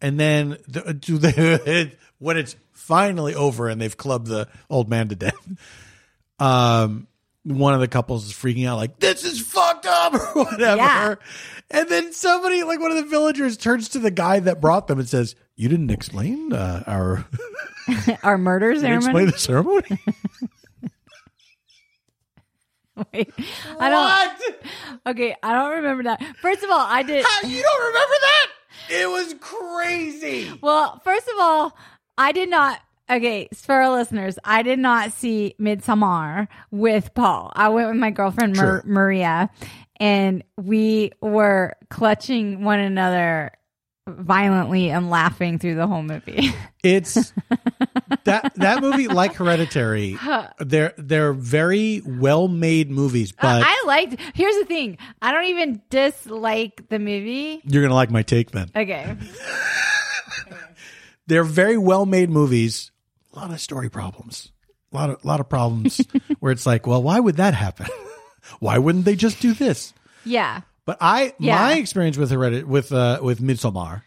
and then the, do they when it's finally over and they've clubbed the old man to death. Um, one of the couples is freaking out like this is fucked up or whatever, Yeah. and then somebody like one of the villagers turns to the guy that brought them and says, "You didn't explain uh, our Our murder you didn't explain ceremony. the ceremony." Wait, I don't. what? Okay, I don't remember that. First of all, I did. How- you don't remember that? It was crazy. Well, first of all, I did not. Okay, for our listeners, I did not see Midsummer with Paul. I went with my girlfriend Mar- True. Maria, and we were clutching one another violently and laughing through the whole movie. It's that that movie, like Hereditary, they're they're very well made movies, but Uh, I liked. Here's the thing: I don't even dislike the movie. you're gonna like my take then. Okay, They're very well made movies. A lot of story problems. A lot of lot of problems where it's like, well, why would that happen? why wouldn't they just do this? yeah, But I Yeah. my experience with Heredit with uh with Midsommar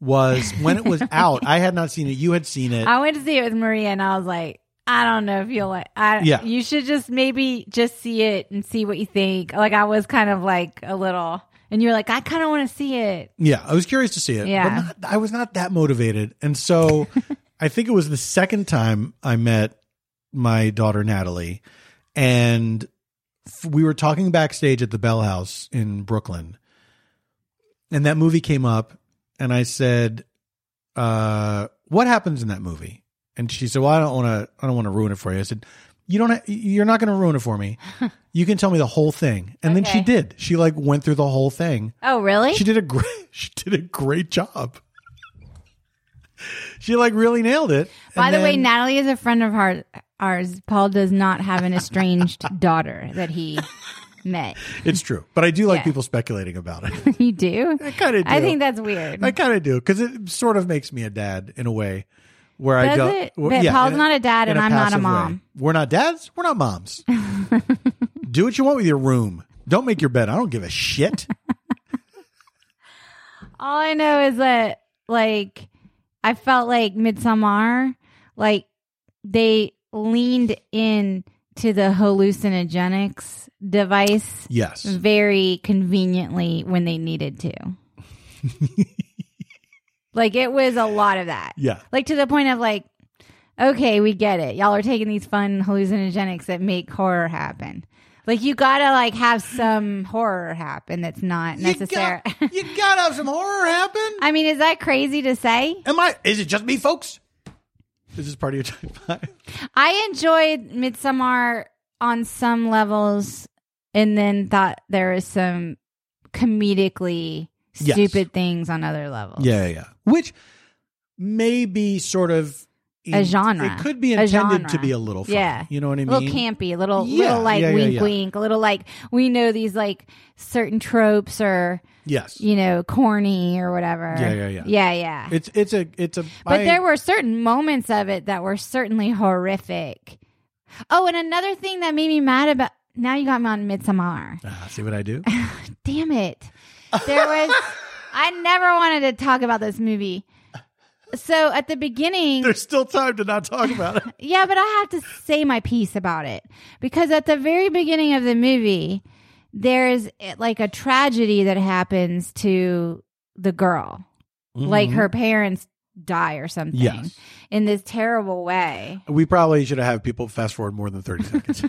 was when it was out. I had not seen it. You had seen it. I went to see it with Maria, and I was like, I don't know if you'll like. I, Yeah. you should just maybe just see it and see what you think. Like I was kind of like a little, and you were like, I kind of want to see it. Yeah, I was curious to see it. Yeah. But not, I was not that motivated. And so I think it was the second time I met my daughter, Natalie, and f- we were talking backstage at the Bell House in Brooklyn. And that movie came up, and I said, uh, What happens in that movie? And she said, "Well, I don't want to. I don't want to ruin it for you." I said, "You don't. Ha- you're not going to ruin it for me. You can tell me the whole thing." And then she Okay. did. She like went through the whole thing, Oh, really? she did a great. She did a great job. She like really nailed it. By And the way, then- Natalie is a friend of our, ours. Paul does not have an estranged daughter that he met. it's true. But I do like Yeah. people speculating about it. You do? I kind of. I think that's weird. I kind of do because it sort of makes me a dad in a way where I Does don't. it? well, But Paul's in not a dad in and I'm not a passive way. mom. We're not dads. We're not moms. do what you want with your room. Don't make your bed. I don't give a shit. All I know is that like I felt like Midsummer, like they leaned in to the hallucinogenics device Yes. very conveniently when they needed to. like it was a lot of that. Yeah. Like to the point of like, okay, we get it. Y'all are taking these fun hallucinogenics that make horror happen. Like you gotta like have some horror happen that's not necessary. You gotta have some horror happen. I mean, is that crazy to say? Am I? Is it just me, folks? Is this part of your type five? I enjoyed Midsommar on some levels and then thought there was some comedically Yes. stupid things on other levels. Yeah, yeah, yeah. Which may be sort of A genre. It could be A intended genre. to be a little funny. Yeah. You know what I A mean? little campy, a little Yeah, little like yeah, yeah, wink yeah. wink, a little like we know these like certain tropes or Yes. you know, corny or whatever. Yeah, yeah, yeah. Yeah, yeah. It's it's a it's a But I- there were certain moments of it that were certainly horrific. Oh, and another thing that made me mad about now you got me on Midsommar. Ah, see what I do? Damn it. There was I never wanted to talk about this movie. So at the beginning, There's still time to not talk about it. yeah, but I have to say my piece about it because at the very beginning of the movie, there's eh, like a tragedy that happens to the girl. Like her parents die or something Mm-hmm. Yes. in this terrible way. We probably should have people fast forward more than thirty seconds.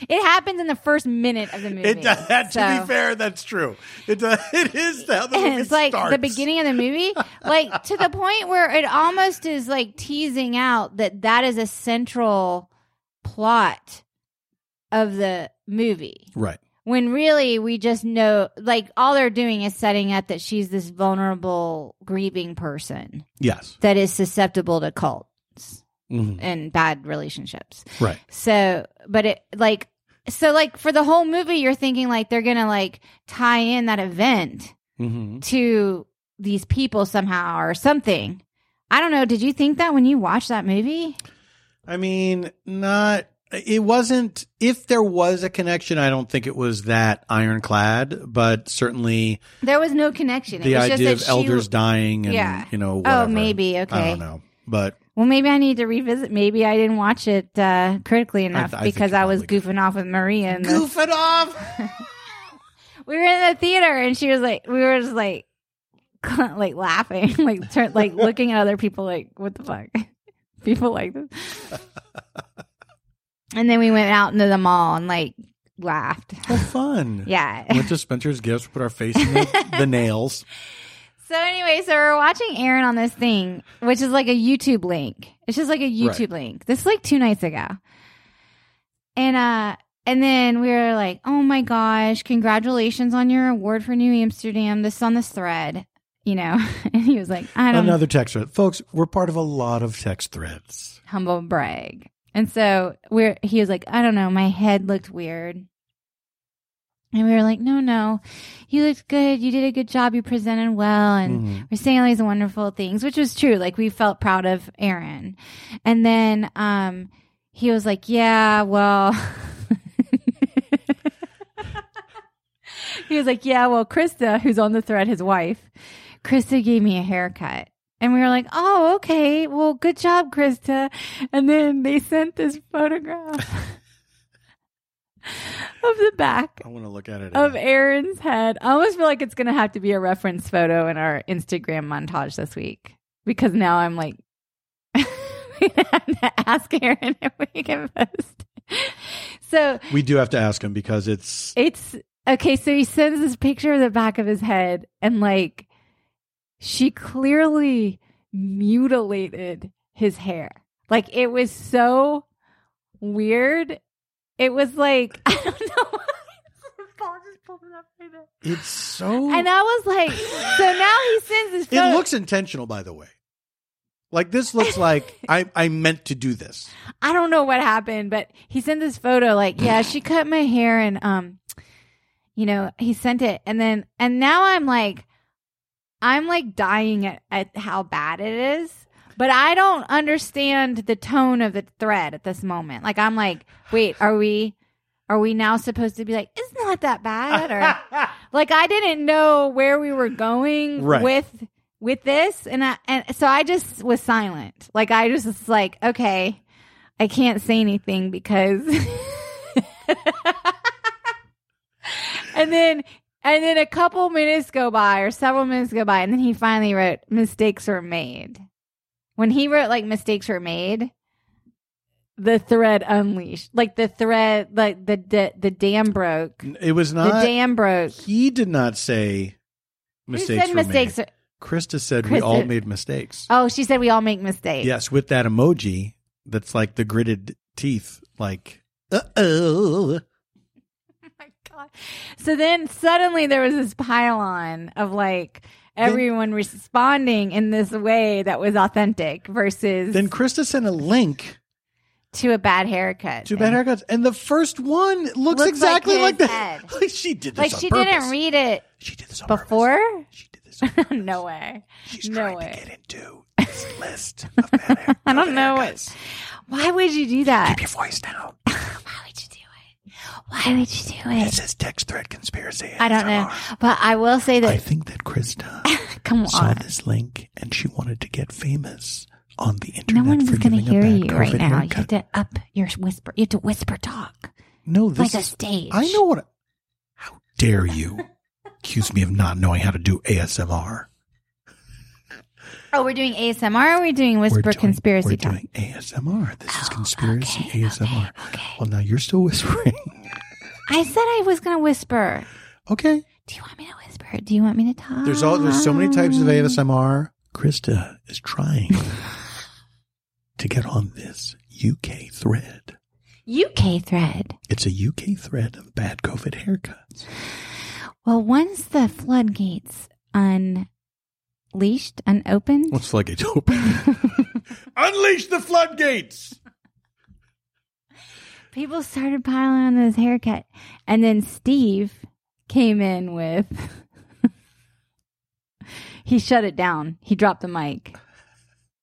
It happens in the first minute of the movie. it does, that, to So- be fair, that's true. It does, it is how the movie it's like starts. the beginning of the movie, like to the point where it almost is like teasing out that that is a central plot of the movie. Right. When really we just know, like all they're doing is setting up that she's this vulnerable, grieving person Yes. that is susceptible to cults Mhm. and bad relationships. Right. So, but it like so like for the whole movie, you're thinking like they're gonna like tie in that event Mm-hmm. to these people somehow or something. I don't know. Did you think that when you watched that movie? I mean, not. It wasn't. If there was a connection, I don't think it was that ironclad. But certainly, There was no connection. the it was idea of just that she- elders dying and Yeah. you know. Oh, Whatever. maybe. I Okay. don't know, but Well, maybe I need to revisit. Maybe I didn't watch it uh, critically enough I think because you I was probably goofing off with Maria. And goof it off. we were in the theater and she was like, we were just like, like laughing, like turn, like looking at other people, like what the fuck, people like this. and then we went out into the mall and like laughed. well, fun. Yeah. Went to Spencer's Gifts, put our face in the, the nails. So anyway, so we're watching Aaron on this thing, which is like a YouTube link. It's just like a YouTube link. This is like two nights ago. And uh and then we were like, Oh my gosh, congratulations on your award for New Amsterdam. This is on this thread, you know. and he was like, I don't Another text thread, folks. We're part of a lot of text threads. humble brag. And so we're he was like, I don't know, my head looked weird. And we were like, No, no, you looked good, you did a good job, you presented well and Mm-hmm. we're saying all these wonderful things, which was true. Like we felt proud of Aaron. And then um he was like, Yeah, well He was like, Yeah, well, Krista, who's on the thread, his wife, Krista gave me a haircut. And we were like, Oh, okay. Well, good job, Krista. And then they sent this photograph of the back I want to look at it. of Aaron's head. I almost feel like it's going to have to be a reference photo in our Instagram montage this week because now I'm like, I'm to ask Aaron if we can post. So we do have to ask him because it's it's okay. So he sends this picture of the back of his head, and like, she clearly mutilated his hair. Like, it was so weird. It was like, I don't know. Paul just pulled it up right now. it's so. And I was like, so now he sends this It photo. looks intentional, by the way. Like this looks like I I meant to do this. I don't know what happened, but he sent this photo like, yeah, she cut my hair and um you know, he sent it and then and now I'm like I'm like dying at, at how bad it is. But I don't understand the tone of the thread at this moment. Like I'm like, wait, are we are we now supposed to be like, it's not that bad or like I didn't know where we were going Right. with with this and I and so I just was silent. Like I just was like, okay. I can't say anything because And then and then a couple minutes go by or several minutes go by and then he finally wrote mistakes were made. When he wrote like mistakes were made, the thread unleashed. Like the thread like the the, the dam broke. It was not. the dam broke. he did not say Who mistakes. said were mistakes made. are- Krista said we Krista- all made mistakes. Oh, she said we all make mistakes. Yes, with that emoji that's like the gritted teeth, like uh oh. Oh my god! So then suddenly there was this pylon of like everyone responding in this way that was authentic versus Then Krista sent a link to a bad haircut. to thing. Bad Haircuts, and the first one looks, like exactly his like, head. that. Like she did this Like on she purpose. didn't read it She did this on purpose. before. She did this. On purpose. no way. She's no trying way. to get into this list of bad hair. I don't know haircuts. what. Why would you do that? Keep your voice down. Why would you do it? Why would you do It it? says text thread conspiracy. I don't know, ASMR. but I will say I that. think that Krista Come saw on. this link and she wanted to get famous on the No internet. one's for going giving to a hear bad you right COVID now. You have haircut. to up your whisper. You have to whisper talk no, this like a is, stage. I know what. How dare you accuse me of not knowing how to do ASMR? Oh, we're doing ASMR. Or we're doing whisper we're doing, conspiracy We're talk. doing ASMR. This is conspiracy okay, ASMR. okay. Well, now you're still whispering. I said I was going to whisper. okay. Do you want me to whisper? Do you want me to talk? There's all. There's so many types of ASMR. Ah. Krista is trying to get on this UK thread. UK thread. It's a UK thread of bad COVID haircuts. Well, once the floodgates unleashed, unopened, Once floodgates open, unleash the floodgates. people started piling on this haircut. And then Steve came in with. he shut it down. He dropped the mic.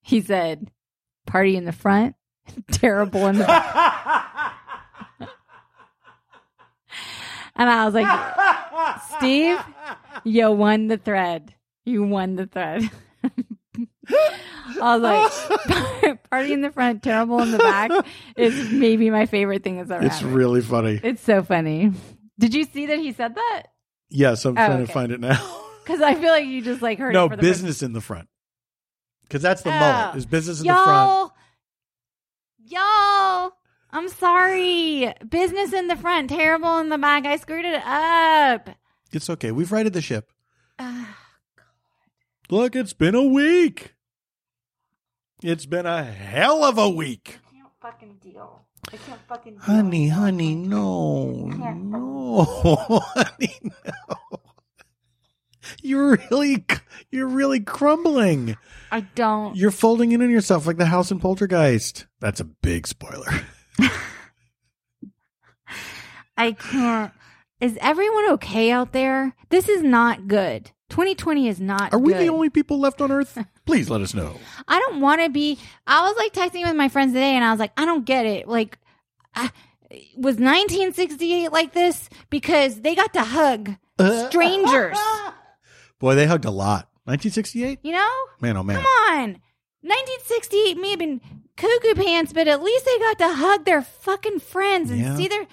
He said, party in the front, terrible in the back. and I was like, Steve, you won the thread. You won the thread. I was like, party in the front, terrible in the back is maybe my favorite thing that's ever It's happened. really funny. It's so funny. Did you see that he said that? Yes, I'm Oh, trying okay. to find it now. Because I feel like you just like heard no it for the business in the front, because that's the Oh. mullet. Is business first- in the front? Y'all, y'all, I'm sorry. Business in the front, terrible in the back. I screwed it up. It's okay. We've righted the ship. Ah, Look, it's been a week. It's been a hell of a week. Honey, honey, no, no, honey, no. You're really, you're really crumbling. I don't. You're folding in on yourself like the house in Poltergeist. That's a big spoiler. I can't. Is everyone okay out there? This is not good. 2020 is not Are we the good. only people left on Earth? Please let us know. I don't want to be. I was like texting with my friends today, and I was like, I don't get it. Like, I, was 1968 like this? Because they got to hug Uh. strangers, Boy, they hugged a lot. 1968. you know? Man, oh man. Come on. 1968 may have been cuckoo pants, but at least they got to hug their fucking friends and Yeah. see their.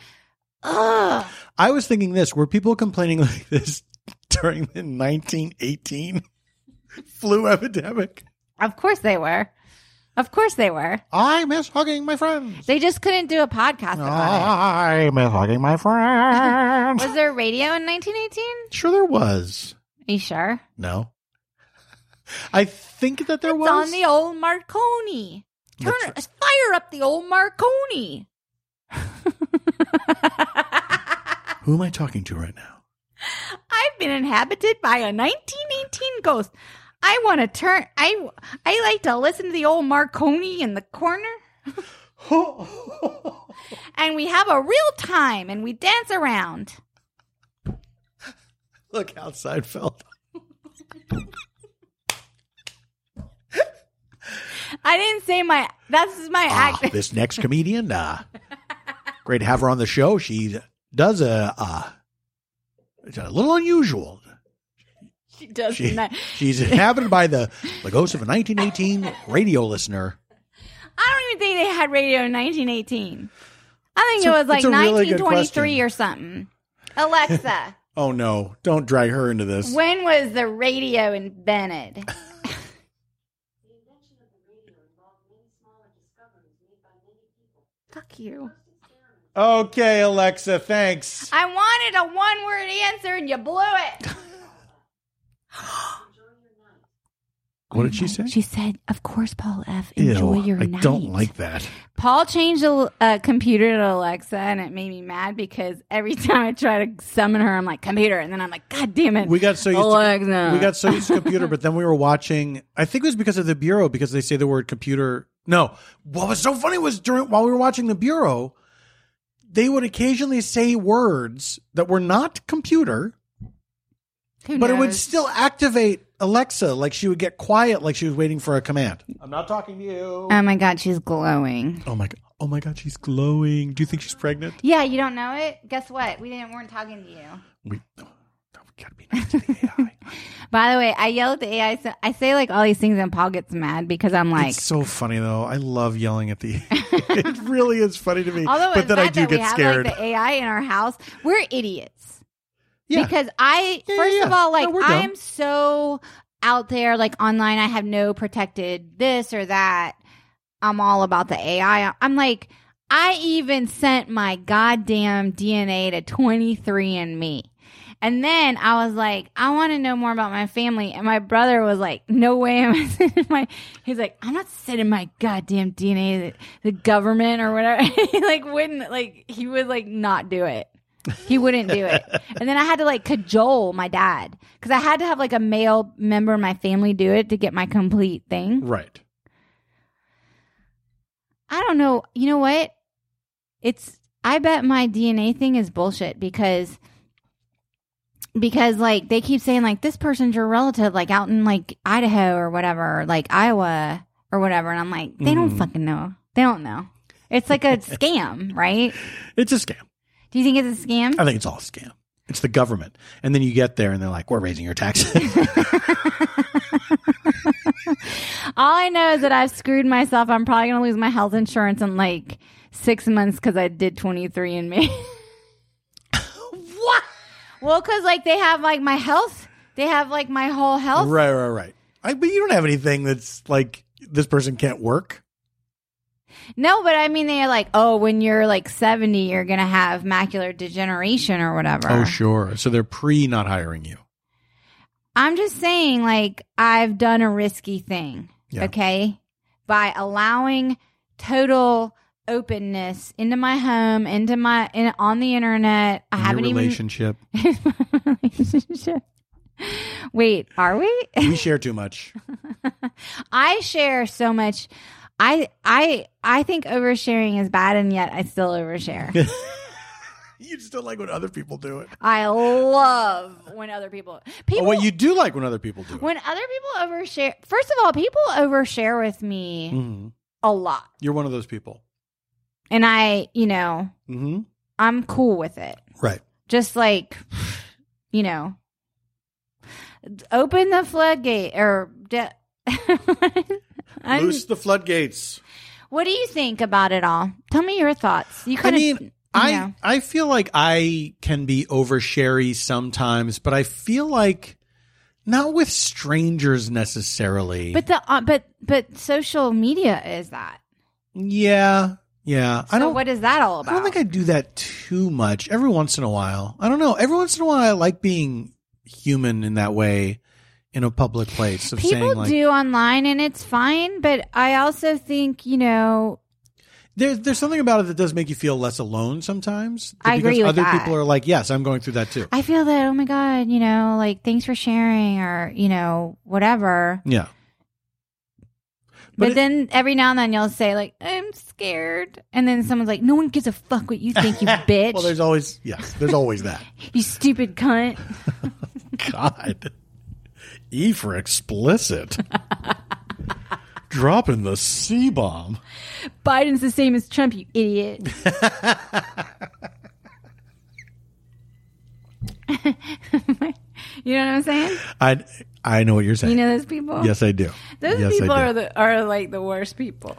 Ugh. I was thinking this: were people complaining like this during the 1918 flu epidemic? Of course they were. Of course they were. I miss hugging my friends. They just couldn't do a podcast Ah. about I miss hugging my it. friends. Was there radio in 1918? sure, there was. Are you sure? No, I think that there It's was. on the old Marconi. Turn That's it, fire up the old Marconi. Who am I talking to right now? I've been inhabited by a 1918 ghost. I want to turn. I I like to listen to the old Marconi in the corner, and we have a real time, and we dance around. Look outside, felt. I didn't say my. That's my Ah, act. this next comedian, uh, great to have her on the show. She does a, uh, it's a little unusual. She does She- not. she's inhabited by the, the ghost of a 1918 radio listener. I don't even think they had radio in 1918? I think It's a- it was like it's a really good 1923 question. or something. Alexa, Oh no! Don't drag her into this. when was the radio invented? The invention of the radio involved many smaller discoveries made by many people. Fuck you. Okay, Alexa. Thanks. I wanted a one word answer and you blew it. What did she say? She said, "Of course, Paul F. Ew, Enjoy your I night." don't like that. Paul changed the uh, computer to Alexa, and it made me mad because every time I try to summon her, I'm like computer, and then I'm like, God damn it, We got so used Alexa. to we got so used to computer, but then we were watching. I think it was because of the bureau because they say the word computer. No, what was so funny was during while we were watching the bureau, they would occasionally say words that were not computer, Who but it would knows? still activate Alexa. Like she would get quiet, like she was waiting for a command. I'm not talking to you. Oh my God, she's glowing. oh my god! Oh my god! She's glowing. Do you think she's pregnant? Yeah, you don't know it. Guess what? We didn't weren't talking to you. We, oh, we gotta be nice to the AI. By the way, I yell at the AI. So I say like all these things, and Paul gets mad because I'm like, it's so funny though. I love yelling at the. it really is funny to me. although but it's then I bad do that we get have scared. like the AI in our house, we're idiots. yeah. because I Yeah, yeah, first of yeah. all No, like we're dumb. I'm so out there like online I have no protected this or that. I'm all about the AI. I'm like I even sent my goddamn DNA to 23andme. And then I was like, I want to know more about my family. And my brother was like, No way am I sending my. He's like, I'm not sending my goddamn DNA to the government or whatever. he like wouldn't like. He would like not do it. He wouldn't do it. and then I had to like cajole my dad because I had to have like a male member of my family do it to get my complete thing. right. I don't know. You know what? It's I bet my DNA thing is bullshit because because like they keep saying like this person's your relative like out in like Idaho or whatever, or, like Iowa or whatever and I'm like they don't Mhm. fucking know. They don't know. It's like a scam, right? It's a scam. Do you think it's a scam? I think it's all a scam. It's the government. And then you get there and they're like, we're raising your taxes. All I know is that I've screwed myself. I'm probably going to lose my health insurance in like six months because I did 23 and me. what? Well, because like they have like my health, they have like my whole health. right, right, right. I, but you don't have anything that's like, this person can't work. No, but I mean, they're like, oh, when you're like 70, you're going to have macular degeneration or whatever. Oh, sure. So they're pre not hiring you. I'm just saying, like, I've done a risky thing, Yeah. okay, by allowing total openness into my home, into my in, on the internet. I In haven't your even relationship. relationship. Wait, are we? we share too much. I share so much. I I I think oversharing is bad, and yet I still overshare. You just don't like when other people do it. I love when other people people Or what Oh, you do like when other people do it. when other people overshare. First of all, people overshare with me Mhm. a lot. You're one of those people. and I, you know, Mm-hmm. I'm cool with it. Right. Just like, you know, open the floodgate or. De- I'm- Loose the floodgates. what do you think about it all? Tell me your thoughts. You I kind of, mean, I yeah. I feel like I can be oversharey sometimes, but I feel like not with strangers necessarily. but the uh, but but social media is that. yeah, yeah. So I don't. what is that all I about? don't think I do that too much. Every once in a while, I don't know. Every once in a while, I like being human in that way, in a public place of People saying like, do online, and it's fine. But I also think you know There's there's something about it that does make you feel less alone sometimes. I agree because with other that. people are like, yes, I'm going through that too. I feel that oh my god, you know, like thanks for sharing or you know whatever. yeah. But, But it- then every now and then you'll say like, "I'm scared," and then someone's like, "No one gives a fuck what you think, you bitch, Well, there's always yes, there's always that. you stupid cunt." God. E for explicit. Dropping the C bomb. Biden's the same as Trump, you idiot. you know what I'm saying? I I know what you're saying. You know those people? yes, I do. those yes, people I are do. the are like the worst people.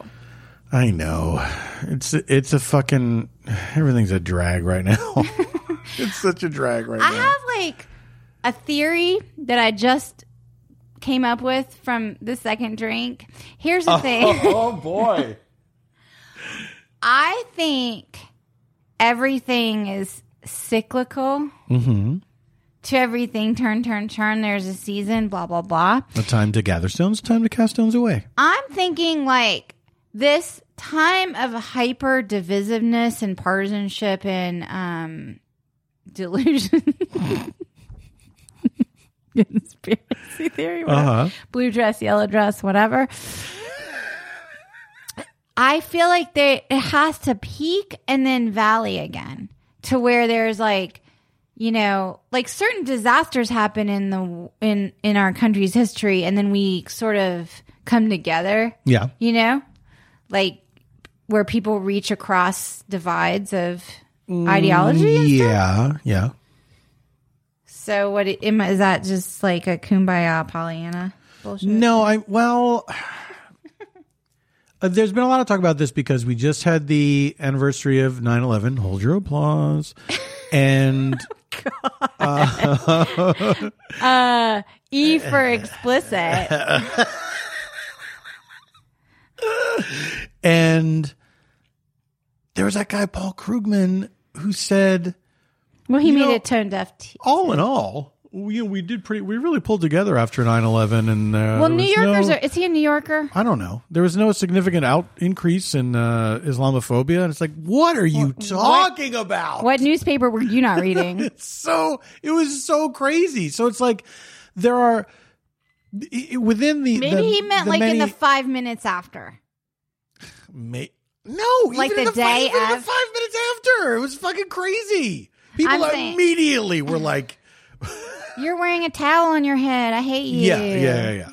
I know. It's it's a fucking everything's a drag right now. it's such a drag right I now. have like a theory that I just came up with from the second drink. Here's the thing oh boy. I think everything is cyclical. mm-hmm. To everything, turn, turn, turn. There's a season, blah, blah, blah. A time to gather stones, time to cast stones away. I'm thinking like this time of hyper divisiveness and partisanship and um, delusion. Conspiracy theory, whatever. Uh-huh. blue dress, yellow dress, whatever. I feel like they it has to peak and then valley again to where there's like you know like certain disasters happen in the in in our country's history and then we sort of come together Yeah. you know like where people reach across divides of ideology and stuff. Yeah. Yeah. so what it- am- is that just like a kumbaya pollyanna bullshit No, I well, uh, there's been a lot of talk about this because we just had the anniversary of 9/11. Hold your applause, and Uh, E for explicit. and there was that guy Paul Krugman who said, Well, he You made know- a tone deaf. T- all in all, we, we did pretty. We really pulled together after 9/11, and uh, there well, New was Yorkers no- are. Is he a New Yorker? I don't know. There was no significant out increase in uh, Islamophobia, and it's like, what are you talking about? What newspaper were you not reading? so it was so crazy. So it's like there are i- i- within the Maybe the- he meant the like in the many- five minutes after. ma- no Like even in the fi- day even in the of? five minutes after it was fucking crazy. People I'm saying- immediately were like, You're wearing a towel on your head. I hate you. yeah, yeah, yeah, yeah.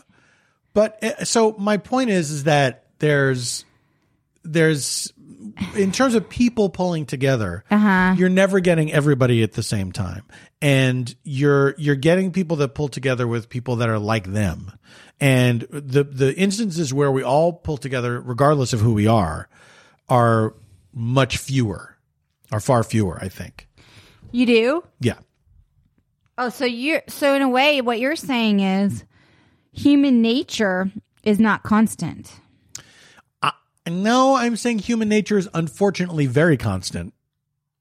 But uh, so my point is, is that there's there's in terms of people pulling together, Uh-huh. you're never getting everybody at the same time and you're you're getting people that pull together with people that are like them and the the instances where we all pull together regardless of who we are are much fewer are far fewer i think You do. yeah Oh, so you're so in a way, what you're saying is human nature is not constant. And no i'm saying human nature is unfortunately very constant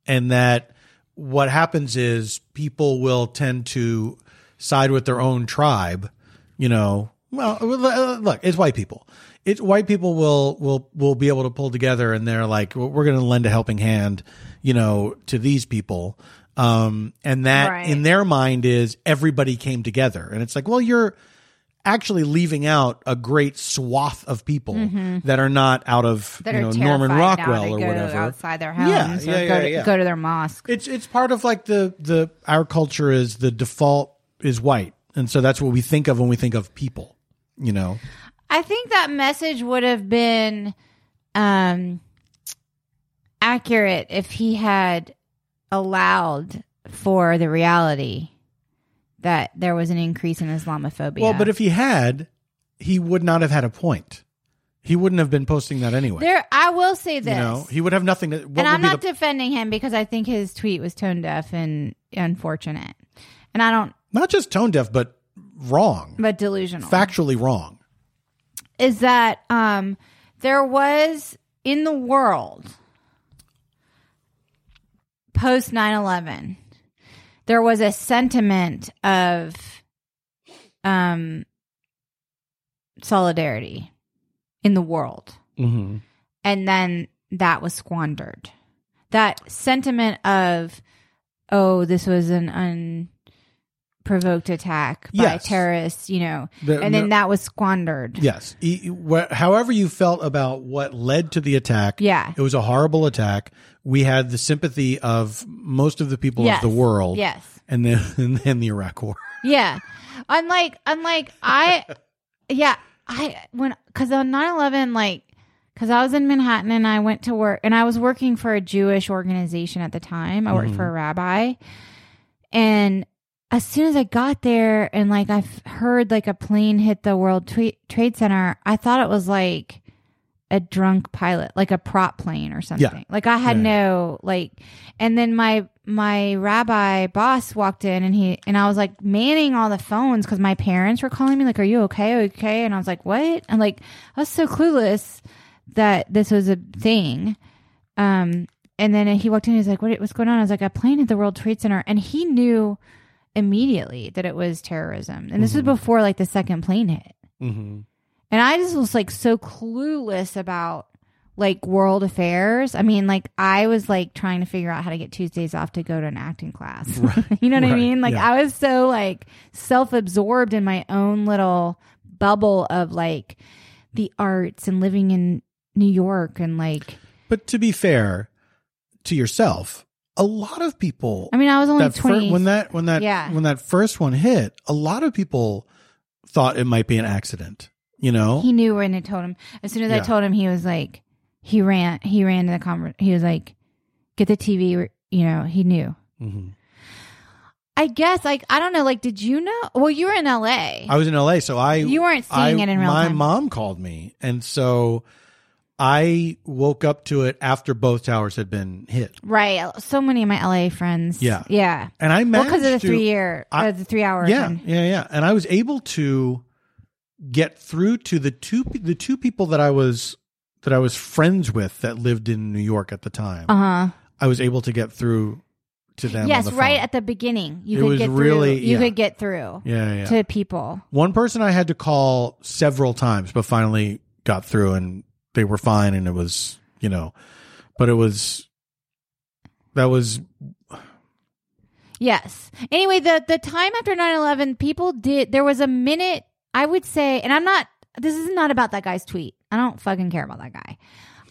and that what happens is people will tend to side with their own tribe you know well well, uh, look it's white people it's white people will will will be able to pull together and they're like "Well, we're going to lend a helping hand you know to these people um and that Right. in their mind is everybody came together and it's like well you're actually leaving out a great swath of people that are not out of Mm-hmm. That you are know terrified Norman now to Rockwell or go whatever outside their Yeah, homes yeah, or go, yeah, to, yeah. go to their mosque. it's it's part of like the the our culture is the default is white, and so that's what we think of when we think of people. You know, I think that message would have been um, accurate if he had allowed for the reality that there was an increase in Islamophobia. well, but if he had, he would not have had a point. He wouldn't have been posting that anyway. there, I will say you this, know, he would have nothing. To, what and I'm would be not the, defending him because I think his tweet was tone deaf and unfortunate, and I don't, not just tone deaf, but wrong, but delusional. factually wrong. is that um, there was in the world post 9-11 there was a sentiment of um, solidarity in the world Mm-hmm. and then that was squandered that sentiment of oh this was an unprovoked attack by Yes. terrorists you know The- and then no- that was squandered Yes. E- e- wh- however you felt about what led to the attack, Yeah. it was a horrible attack. We had the sympathy of most of the people Yes. of the world, Yes. and then and then the Iraq War. Yeah. Unlike unlike I yeah, I when cuz on 9/11 like cuz I was in Manhattan and I went to work and I was working for a Jewish organization at the time. I worked for a rabbi. And as soon as I got there and like I f- heard like a plane hit the World Tra- Trade Center, I thought it was like a drunk pilot, like a prop plane or something. Like I had Yeah. no like and then my my rabbi boss walked in and he and I was like manning all the phones cuz my parents were calling me like are you okay? Okay? And I was like, "What?" And like I was so clueless that this was a thing. Um and then he walked in he's like, "What what's going on?" I was like, "A plane at the World Trade Center." And he knew immediately that it was terrorism. And this was before like the second plane hit. Mm-hmm. And I just was like so clueless about like world affairs. I mean, like I was like trying to figure out how to get Tuesdays off to go to an acting class. you know what I Right. mean? Like Yeah. I was so like self-absorbed in my own little bubble of like the arts and living in New York and like But to be fair to yourself, a lot of people. I mean, I was only that fir- 20 when that when that Yeah. when that first one hit, a lot of people thought it might be an accident. You know, He knew when I told him. As soon as Oh. I Yeah. told him, he was like, he ran, he ran to the conference. He was like, get the TV. You know, he knew. Mhm. I guess, like, I don't know. Like, did you know? Well, you were in LA. I was in L.A., so I you weren't I, seeing it in real my time. mom called me, and so I woke up to it after both towers had been hit, right. So many of my LA friends. Yeah. Yeah. and I Well, managed because of the to- three year, I- uh, the three hour. yeah, thing. yeah, yeah, and I was able to get through to the two the two people that I was that I was friends with that lived in New York at the time. Uh-huh. I was able to get through to them. on Yes, the right phone. at the beginning. You It could was get really- through. You yeah. could get through yeah, yeah. to people. One person I had to call several times, but finally got through and they were fine. And it was, you know, but it was, that was, Yes. Anyway, the the time after 9/11, people did there was a minute I would say and I'm not this is not about that guy's tweet. I don't fucking care about that guy.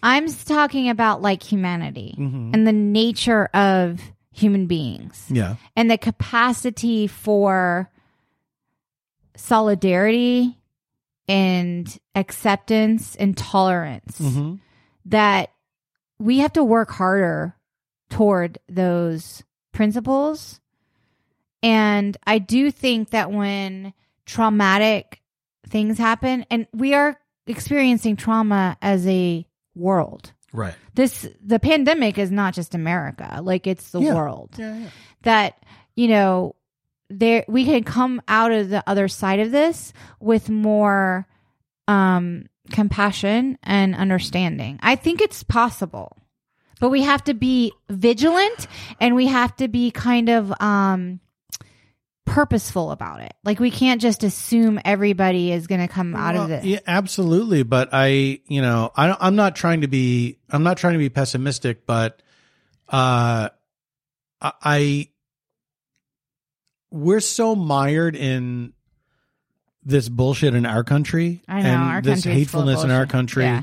I'm s- talking about like humanity and the nature of human beings yeah. and the capacity for solidarity and acceptance and tolerance Mm-hmm. that we have to work harder toward those principles. And I do think that when traumatic things happen, and we are experiencing trauma as a world. Right. This the pandemic is not just America, like it's the Yeah. world Yeah. yeah. that you know there we can come out of the other side of this with more um compassion and understanding i think it's possible but we have to be vigilant and we have to be kind of um purposeful about it like we can't just assume everybody is going to come out of Well, this Yeah, absolutely. But I, you know, I, don't- I'm not trying to be, I'm not trying to be pessimistic, but, uh, I, I, we're so mired in this bullshit in our country I know, and our this country is full of hatefulness in our bullshit. country. Yeah.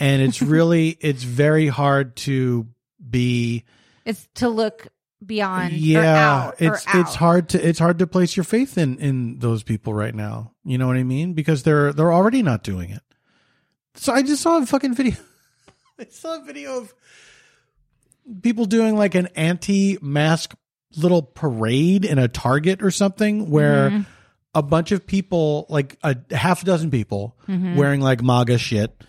And it's really, it's very hard to be, it's to look beyond or yeah, out, or it's, it's out. hard to, it's hard to place your faith in, in those people right now. You know what I mean? Because they're, they're already not doing it. So I just saw a fucking video. I saw a video of people doing like an anti-mask little parade in a Target or something where Mm-hmm. a bunch of people, like a half dozen people, Mm-hmm. wearing like MAGA shit,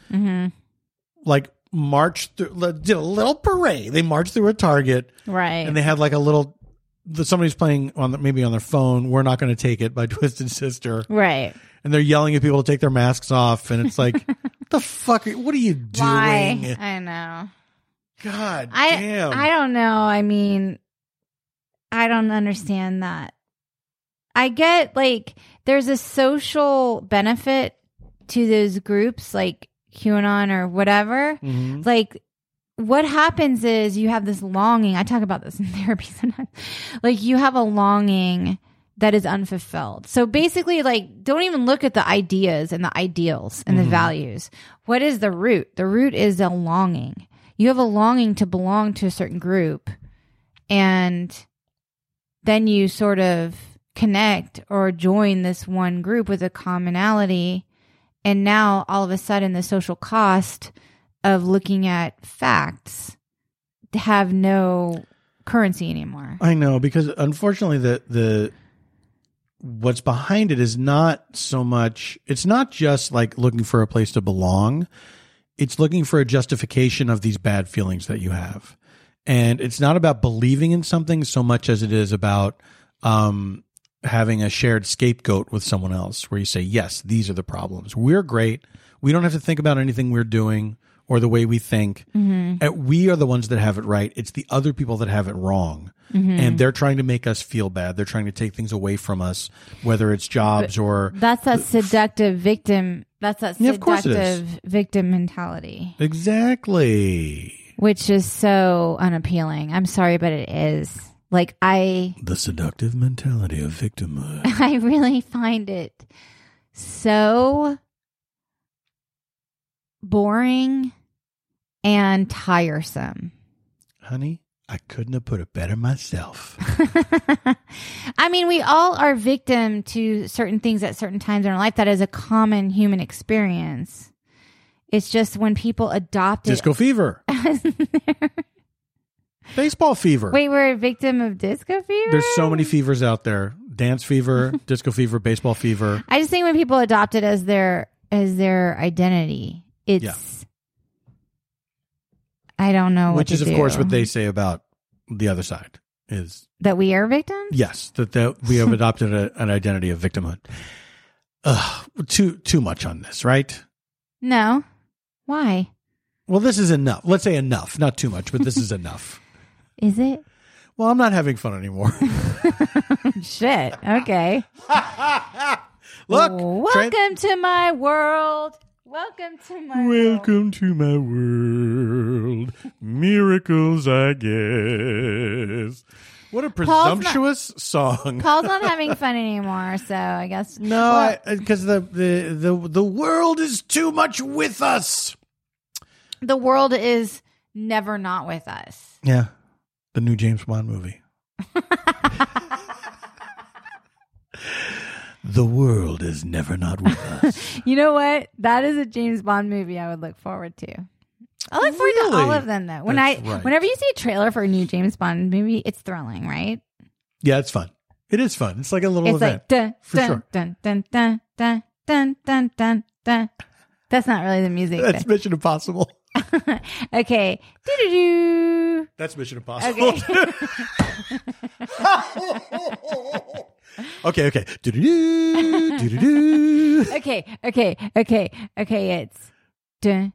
like marched through, li- did a little parade. They marched through a Target, right and they had like a little. The, somebody's playing on the, maybe on their phone. We're not going to take it by Twisted Sister, right and they're yelling at people to take their masks off, and it's like, the fuck? Are, what are you doing? why i know God I damn. I don't know. I mean, I don't understand that. I get like there's a social benefit to those groups like QAnon or whatever. Mhm. Like what happens is you have this longing. I talk about this in therapy sometimes. Like you have a longing that is unfulfilled. So basically like don't even look at the ideas and the ideals and the values. What is the root? The root is a longing. You have a longing to belong to a certain group and then you sort of connect or join this one group with a commonality and now all of a sudden the social cost of looking at facts have no currency anymore I know because unfortunately the the what's behind it is not so much it's not just like looking for a place to belong. it's looking for a justification of these bad feelings that you have. And it's not about believing in something so much as it is about um, having a shared scapegoat with someone else where you say, yes, these are the problems. We're great. We don't have to think about anything we're doing or the way we think. Uh, We are the ones that have it right. It's the other people that have it wrong. And they're trying to make us feel bad. They're trying to take things away from us, whether it's jobs or That's that seductive victim. That's that Yeah, of course it is. seductive victim mentality, Exactly. which is so unappealing. I'm sorry, but it is. Like I, The seductive mentality of victimhood. I really find it so boring and tiresome. Honey, I couldn't have put it better myself. I mean, we all are victim to certain things at certain times in our life. That is a common human experience. It's just when people adopt it Disco fever. as their- Baseball fever. Wait, we're a victim of disco fever? There's so many fevers out there. Dance fever, disco fever, baseball fever. I just think when people adopt it as their as their identity, it's I don't know what Which to is of do. course what they say about the other side is that we are victims? yes, that, that we have adopted a, an identity of victimhood. Ugh, too too much on this, right? No. Why? Well, this is enough. Let's say enough, not too much, but this is enough. Is it? Well, I'm not having fun anymore. Shit. Okay. Look, Welcome to my world. Welcome to my world. Welcome to my world. Miracles, I guess. what a not- presumptuous song. Paul's not having fun anymore, so I guess no, because the, the the the world is too much with us. the world is never not with us. Yeah, the new James Bond movie. the world is never not with us. You know what? That is a James Bond movie I would look forward to. I look forward to Really? all of them though. When That's I right. whenever you see a trailer for a new James Bond movie, it's thrilling, right? yeah, it's fun. It is fun. It's like a little it's event. like dun for dun, sure. dun dun dun dun dun dun dun dun. That's not really the music. That's Mission Impossible. but- okay. Doo-doo-doo. That's Mission Impossible. Okay. okay, okay. Doo-doo-doo, doo-doo-doo. okay, okay, okay, okay. It's dun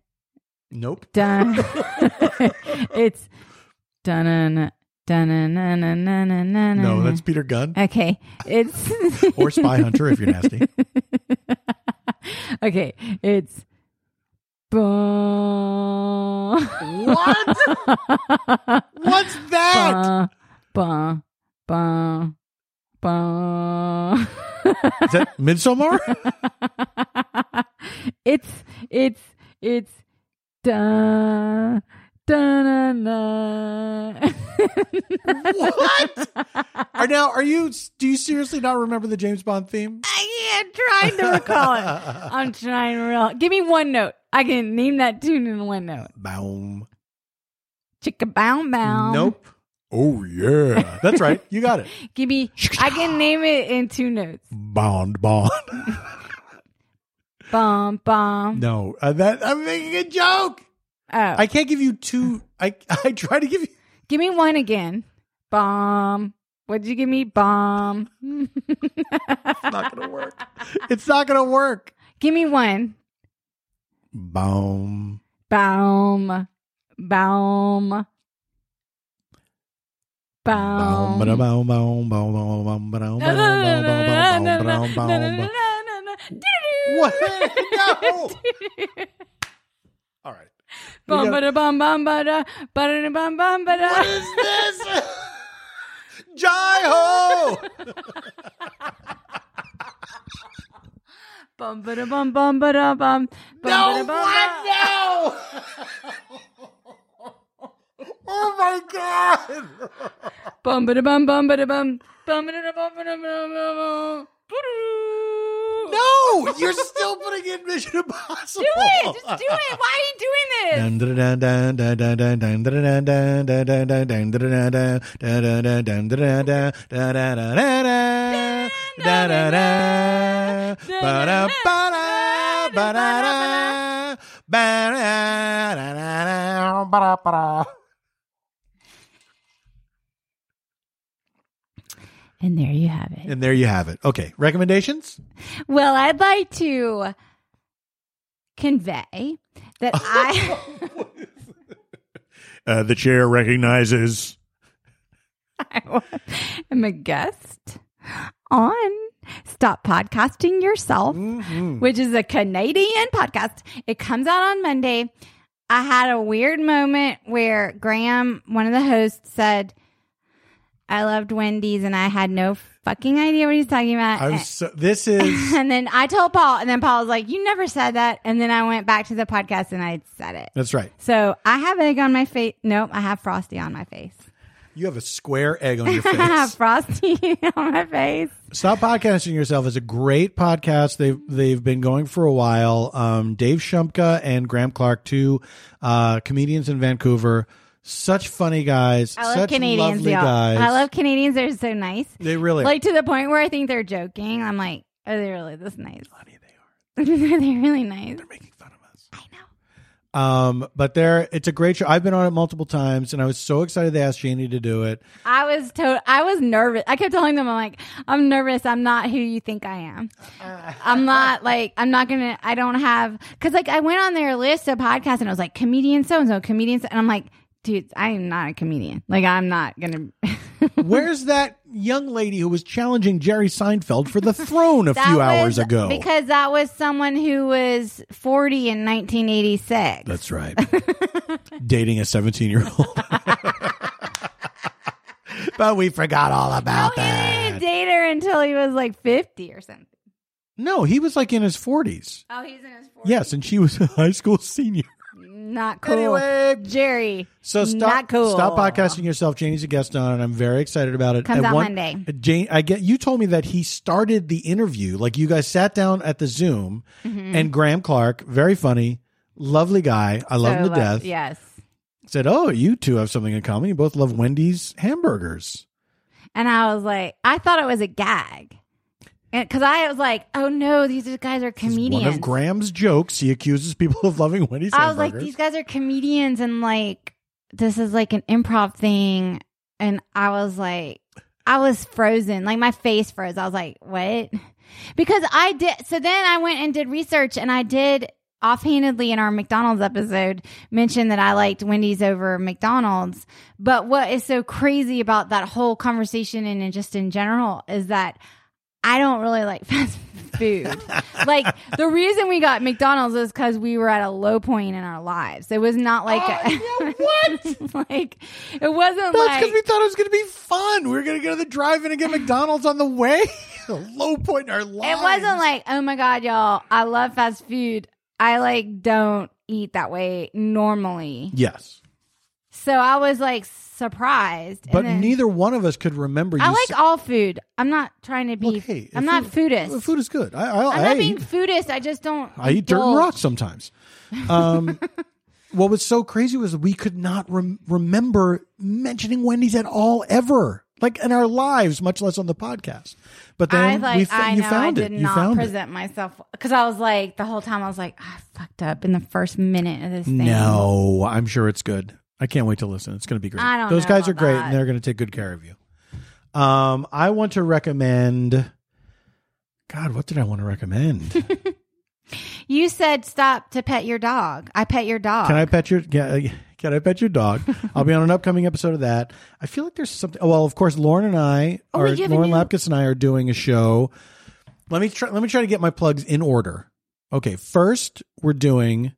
Nope. dun. it's dun dun dun dun dun dun dun. No, that's Peter Gunn okay. It's or Spy Hunter if you're nasty. okay. It's bum. What? What's that? bum bum bum bum. Is that Midsommar? it's it's it's da da na na. what? Are now are you do you seriously not remember the James Bond theme? I can't trying to recall it. I'm trying real. Give me one note. I can name that tune in one note. Boom. Chicka bow bow. Nope. Oh yeah. That's right. You got it. Give me. I can name it in two notes. Bond Bond. Bum bum. No. uh, that I'm making a joke. Oh, I can't give you two I I try to give you give me one again. Bum. What'd you give me? Bum. It's not gonna work. It's not gonna work. give me one. Boom. Baum. Baum. Boom, Baum. ba-dum, boom, boom, boom, boom, boom, ba-dum, No, boom, no, no, boom, no, boom, no, no, boom, boom, boom, boom. no, no, no, no, no, no, no. Doo-doo. What? No. All right. Bum, ba-da, bum, bum, ba-da, ba-da, bum, bum, ba-da. What is this? Jai ho! Bum, ba-da, bum, bum, ba-da, bum. Bum, ba-da, No, bum, what? ba- No! Oh my god! Bum, ba-da, bum, bum, ba-da, bum. Bum, ba-da, bum, ba-da, bum, ba-da, bum. Doo-doo. No! You're still putting in Mission Impossible! Do it. Just do it. Why are you doing this? And there you have it. And there you have it. Okay. Recommendations? Well, I'd like to convey that I Uh, the chair recognizes. I am a guest on Stop Podcasting Yourself, which is a Canadian podcast. It comes out on Monday. I had a weird moment where Graham, one of the hosts, said, I loved Wendy's and I had no fucking idea what he's talking about. I'm so, this is. and then I told Paul, and then Paul was like, You never said that. And then I went back to the podcast and I said it. That's right. So I have egg on my face. Nope, I have frosty on my face. You have a square egg on your I have face. frosty on my face. Stop podcasting yourself is a great podcast. They've they've been going for a while. Um, Dave Shumka and Graham Clark, two uh, comedians in Vancouver, such funny guys. I love such Canadians, lovely y'all. guys. I love Canadians. They're so nice. They really. Like to the point where I think they're joking. I'm like, are they really this nice? they are. they're really nice. making fun of us. I know. Um, but there, it's a great show. I've been on it multiple times, and I was so excited they asked Janie to do it. I was to- I was nervous. I kept telling them, I'm like, I'm nervous. I'm not who you think I am. I'm not like, I'm not gonna. I don't have because like I went on their list of podcasts and I was like, comedian so and so, comedian, so-" and I'm like, dude, I am not a comedian. Like I'm not gonna. Where's that young lady who was challenging Jerry Seinfeld for the throne a That few was hours ago? because that was someone who was 40 in 1986. That's right. Dating a 17 year old. but we forgot all about Oh, He that. didn't date her until he was like 50 or something. No, he was like in his 40s. Oh, he's in his 40s. Yes, and she was a high school senior. Not cool. Anyway. Jerry. So stop, Not cool. stop podcasting yourself. Janie's a guest on, and I'm very excited about it. Comes At uh, out Monday. Jane, I get you told me that he started the interview. Like you guys sat down at the Zoom, Mm-hmm. and Graham Clark, very funny, lovely guy. I love So him to lo- death. Yes. Said, "Oh, you two have something in common. You both love Wendy's hamburgers." And I was like, I thought it was a gag. Because I was like, oh no, these guys are This is comedians. One of Graham's jokes. He accuses people of loving Wendy's I was hamburgers. like, these guys are comedians and like this is like an improv thing. And I was like, I was frozen. Like my face froze. I was like, what? Because I did. So then I went and did research and I did offhandedly in our McDonald's episode mention that I liked Wendy's over McDonald's. But what is so crazy about that whole conversation and in- just in general is that I don't really like fast food. like the reason we got McDonald's is because we were at a low point in our lives. It was not like a, what? like it wasn't Oh, That's like because we thought it was going to be fun. We were going to go to the drive-in and get McDonald's on the way. a low point in our lives. it wasn't like oh my god, y'all. I love fast food. I like don't eat that way normally. yes. So I was like surprised. And But then- neither one of us could remember. I you like all food. I'm not trying to be. Look, hey, I'm if not food- foodist. Food is good. I, I, I'm I not being eat, foodist. I just don't. I eat dirt and indulge. rock sometimes. Um, what was so crazy was we could not rem- remember mentioning Wendy's at all ever, like in our lives, much less on the podcast. But I then like. we, fa- I you know. found I it. did You not found present myself because I was like the whole time. I was like, "Ah, I fucked up in the first minute of this it. thing. No, I'm sure it's good. I can't wait to listen. It's going to be great. I don't Those know guys are about great, that. and they're going to take good care of you. Um, I want to recommend. God, what did I want to recommend? You said stop to pet your dog. I pet your dog. Can I pet your can, can I pet your dog? I'll be on an upcoming episode of that. I feel like there's something. oh, Well, of course, Lauren and I Oh, are wait, you have a Lauren new- Lapkus and I are doing a show. Let me try. Let me try to get my plugs in order. Okay, first we're doing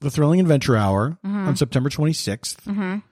the Thrilling Adventure Hour on September 26th. Mhm.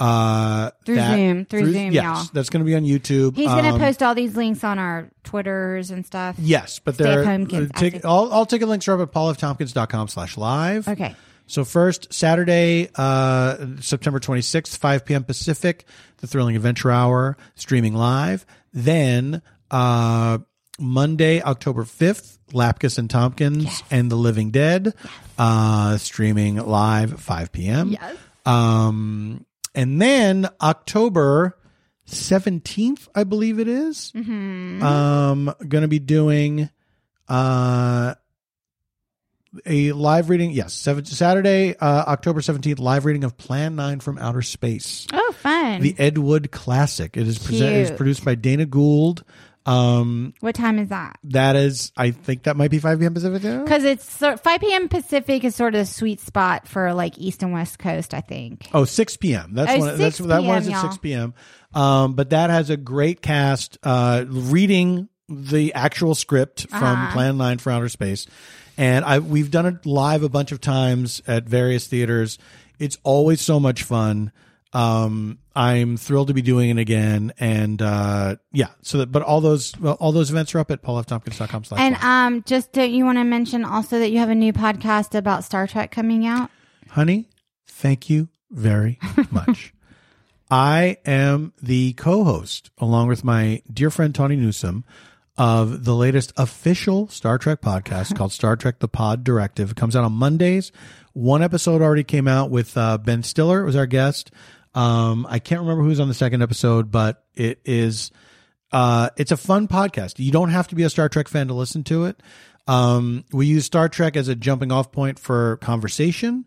Uh, Mm-hmm. Through Zoom. Through Zoom, yes, y'all. that's going to be on YouTube. He's gonna Um, post all these links on our Twitters and stuff. Yes, but Stay they're at home, kids. uh, tick- all, all ticket links are up at paulftompkins.com slash live. Okay. So first Saturday, uh, September 26th, 5 p.m. Pacific, the Thrilling Adventure Hour streaming live. Then uh, Monday, October 5th, Lapkus and Tompkins and the Living Dead uh, streaming live 5 p.m. Yes. Um, and then October 17th, I believe it is, um, going to be doing uh, a live reading. Yes, seven, Saturday, uh, October 17th, live reading of Plan 9 from Outer Space. Oh, fun. The Ed Wood classic. It is, prese- it is Cute. produced by Dana Gould. Um, what time is that? that is, I think that might be 5 p.m. Pacific. now? Because it's sort 5 p.m. Pacific is sort of the sweet spot for like East and West Coast, I think. Oh, 6 p.m. That's Oh, one. That's 6 that one's p.m., at y'all. 6 p.m. Um, but that has a great cast uh, reading the actual script from Uh-huh. Plan Nine for Outer Space, and I we've done it live a bunch of times at various theaters. It's always so much fun. Um, I'm thrilled to be doing it again, and uh, yeah. So, that, but all those well, all those events are up at paulftompkins.com. slash And blog. um, just do you want to mention also that you have a new podcast about Star Trek coming out? Honey, thank you very much. I am the co host, along with my dear friend Tawny Newsom, of the latest official Star Trek podcast called Star Trek The Pod Directive. It comes out on Mondays. One episode already came out with uh, Ben Stiller, was our guest. Um, I can't remember who's on the second episode, but it is. Uh, it's a fun podcast. You don't have to be a Star Trek fan to listen to it. Um, we use Star Trek as a jumping off point for conversation,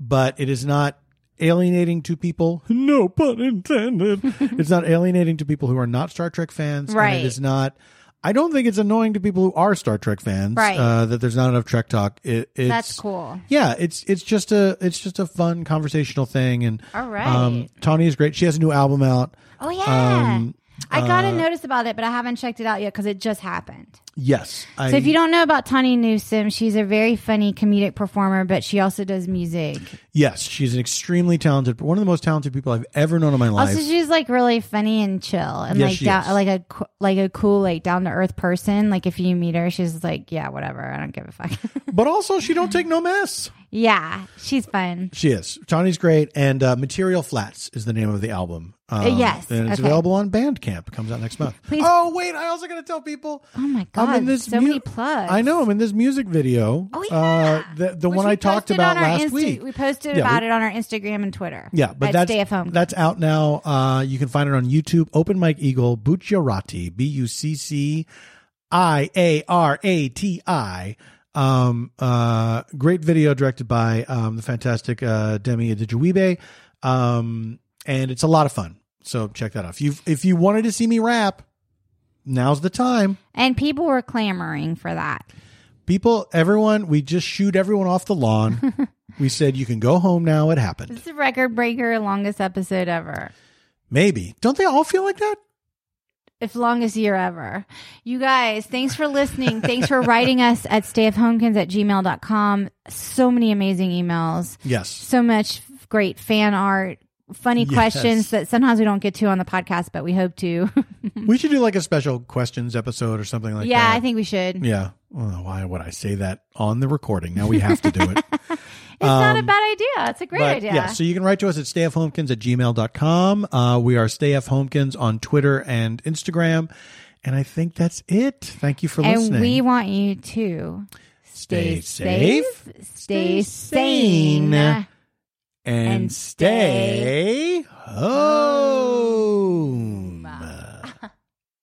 but it is not alienating to people. No pun intended. it's not alienating to people who are not Star Trek fans. and Right. it is not. I don't think it's annoying to people who are Star Trek fans Right. uh, that there's not enough Trek talk. It, it's, That's cool. yeah, it's it's just a it's just a fun conversational thing, and um, All right. Tawny is great. She has a new album out. Oh yeah. Um, I got a notice about it, but I haven't checked it out yet because it just happened. Yes, I, So if you don't know about Tawny Newsom, she's a very funny comedic performer, but she also does music. yes, she's an extremely talented, one of the most talented people I've ever known in my life. Also, she's like really funny and chill, and Yes, like she down, is. like a co- like a cool like down to earth person. Like if you meet her, she's like, yeah, whatever, I don't give a fuck. but also, she don't take no mess. yeah, she's fun. She is. Tawny's great, and uh, Material Flats is the name of the album. Um, Uh, yes, and it's okay. available on Bandcamp. It comes out next month. Please- Oh wait, I also got to tell people. Oh my god, I'm in this so mu- many plugs. I know. I'm in this music video. Oh uh, yeah, the the Which one we I talked posted on about our last Insta- week. We posted Yeah, about we- it on our Instagram and Twitter. Yeah, but At that's stay at home. That's out now. Uh, you can find it on YouTube. Open Mike Eagle Bucciarati, B U C C I A R A T I. Um, uh, great video directed by um, the fantastic uh, Demi Adijuibe. Um, and it's a lot of fun. So check that out. If you if you wanted to see me rap, now's the time. and people were clamoring for that. People, everyone, we just shoot everyone off the lawn. we said you can go home now. It happened. This is a record breaker, longest episode ever. Maybe don't they all feel like that? If longest year ever. You guys, thanks for listening. thanks for writing us at stayofhomekins at gmail.com. So many amazing emails. Yes. So much great fan art, funny Yes. questions that sometimes we don't get to on the podcast, but we hope to. We should do like a special questions episode or something like yeah, that. I think we should. Yeah. Well, why would I say that on the recording? Now we have to do it. It's not a bad idea. It's a great Um, But, idea. Yeah. So you can write to us at stayfhomekins at gmail.com. Uh, we are stayfhomekins on Twitter and Instagram. And I think that's it. Thank you for and listening. we want you to stay safe stay sane. and stay stay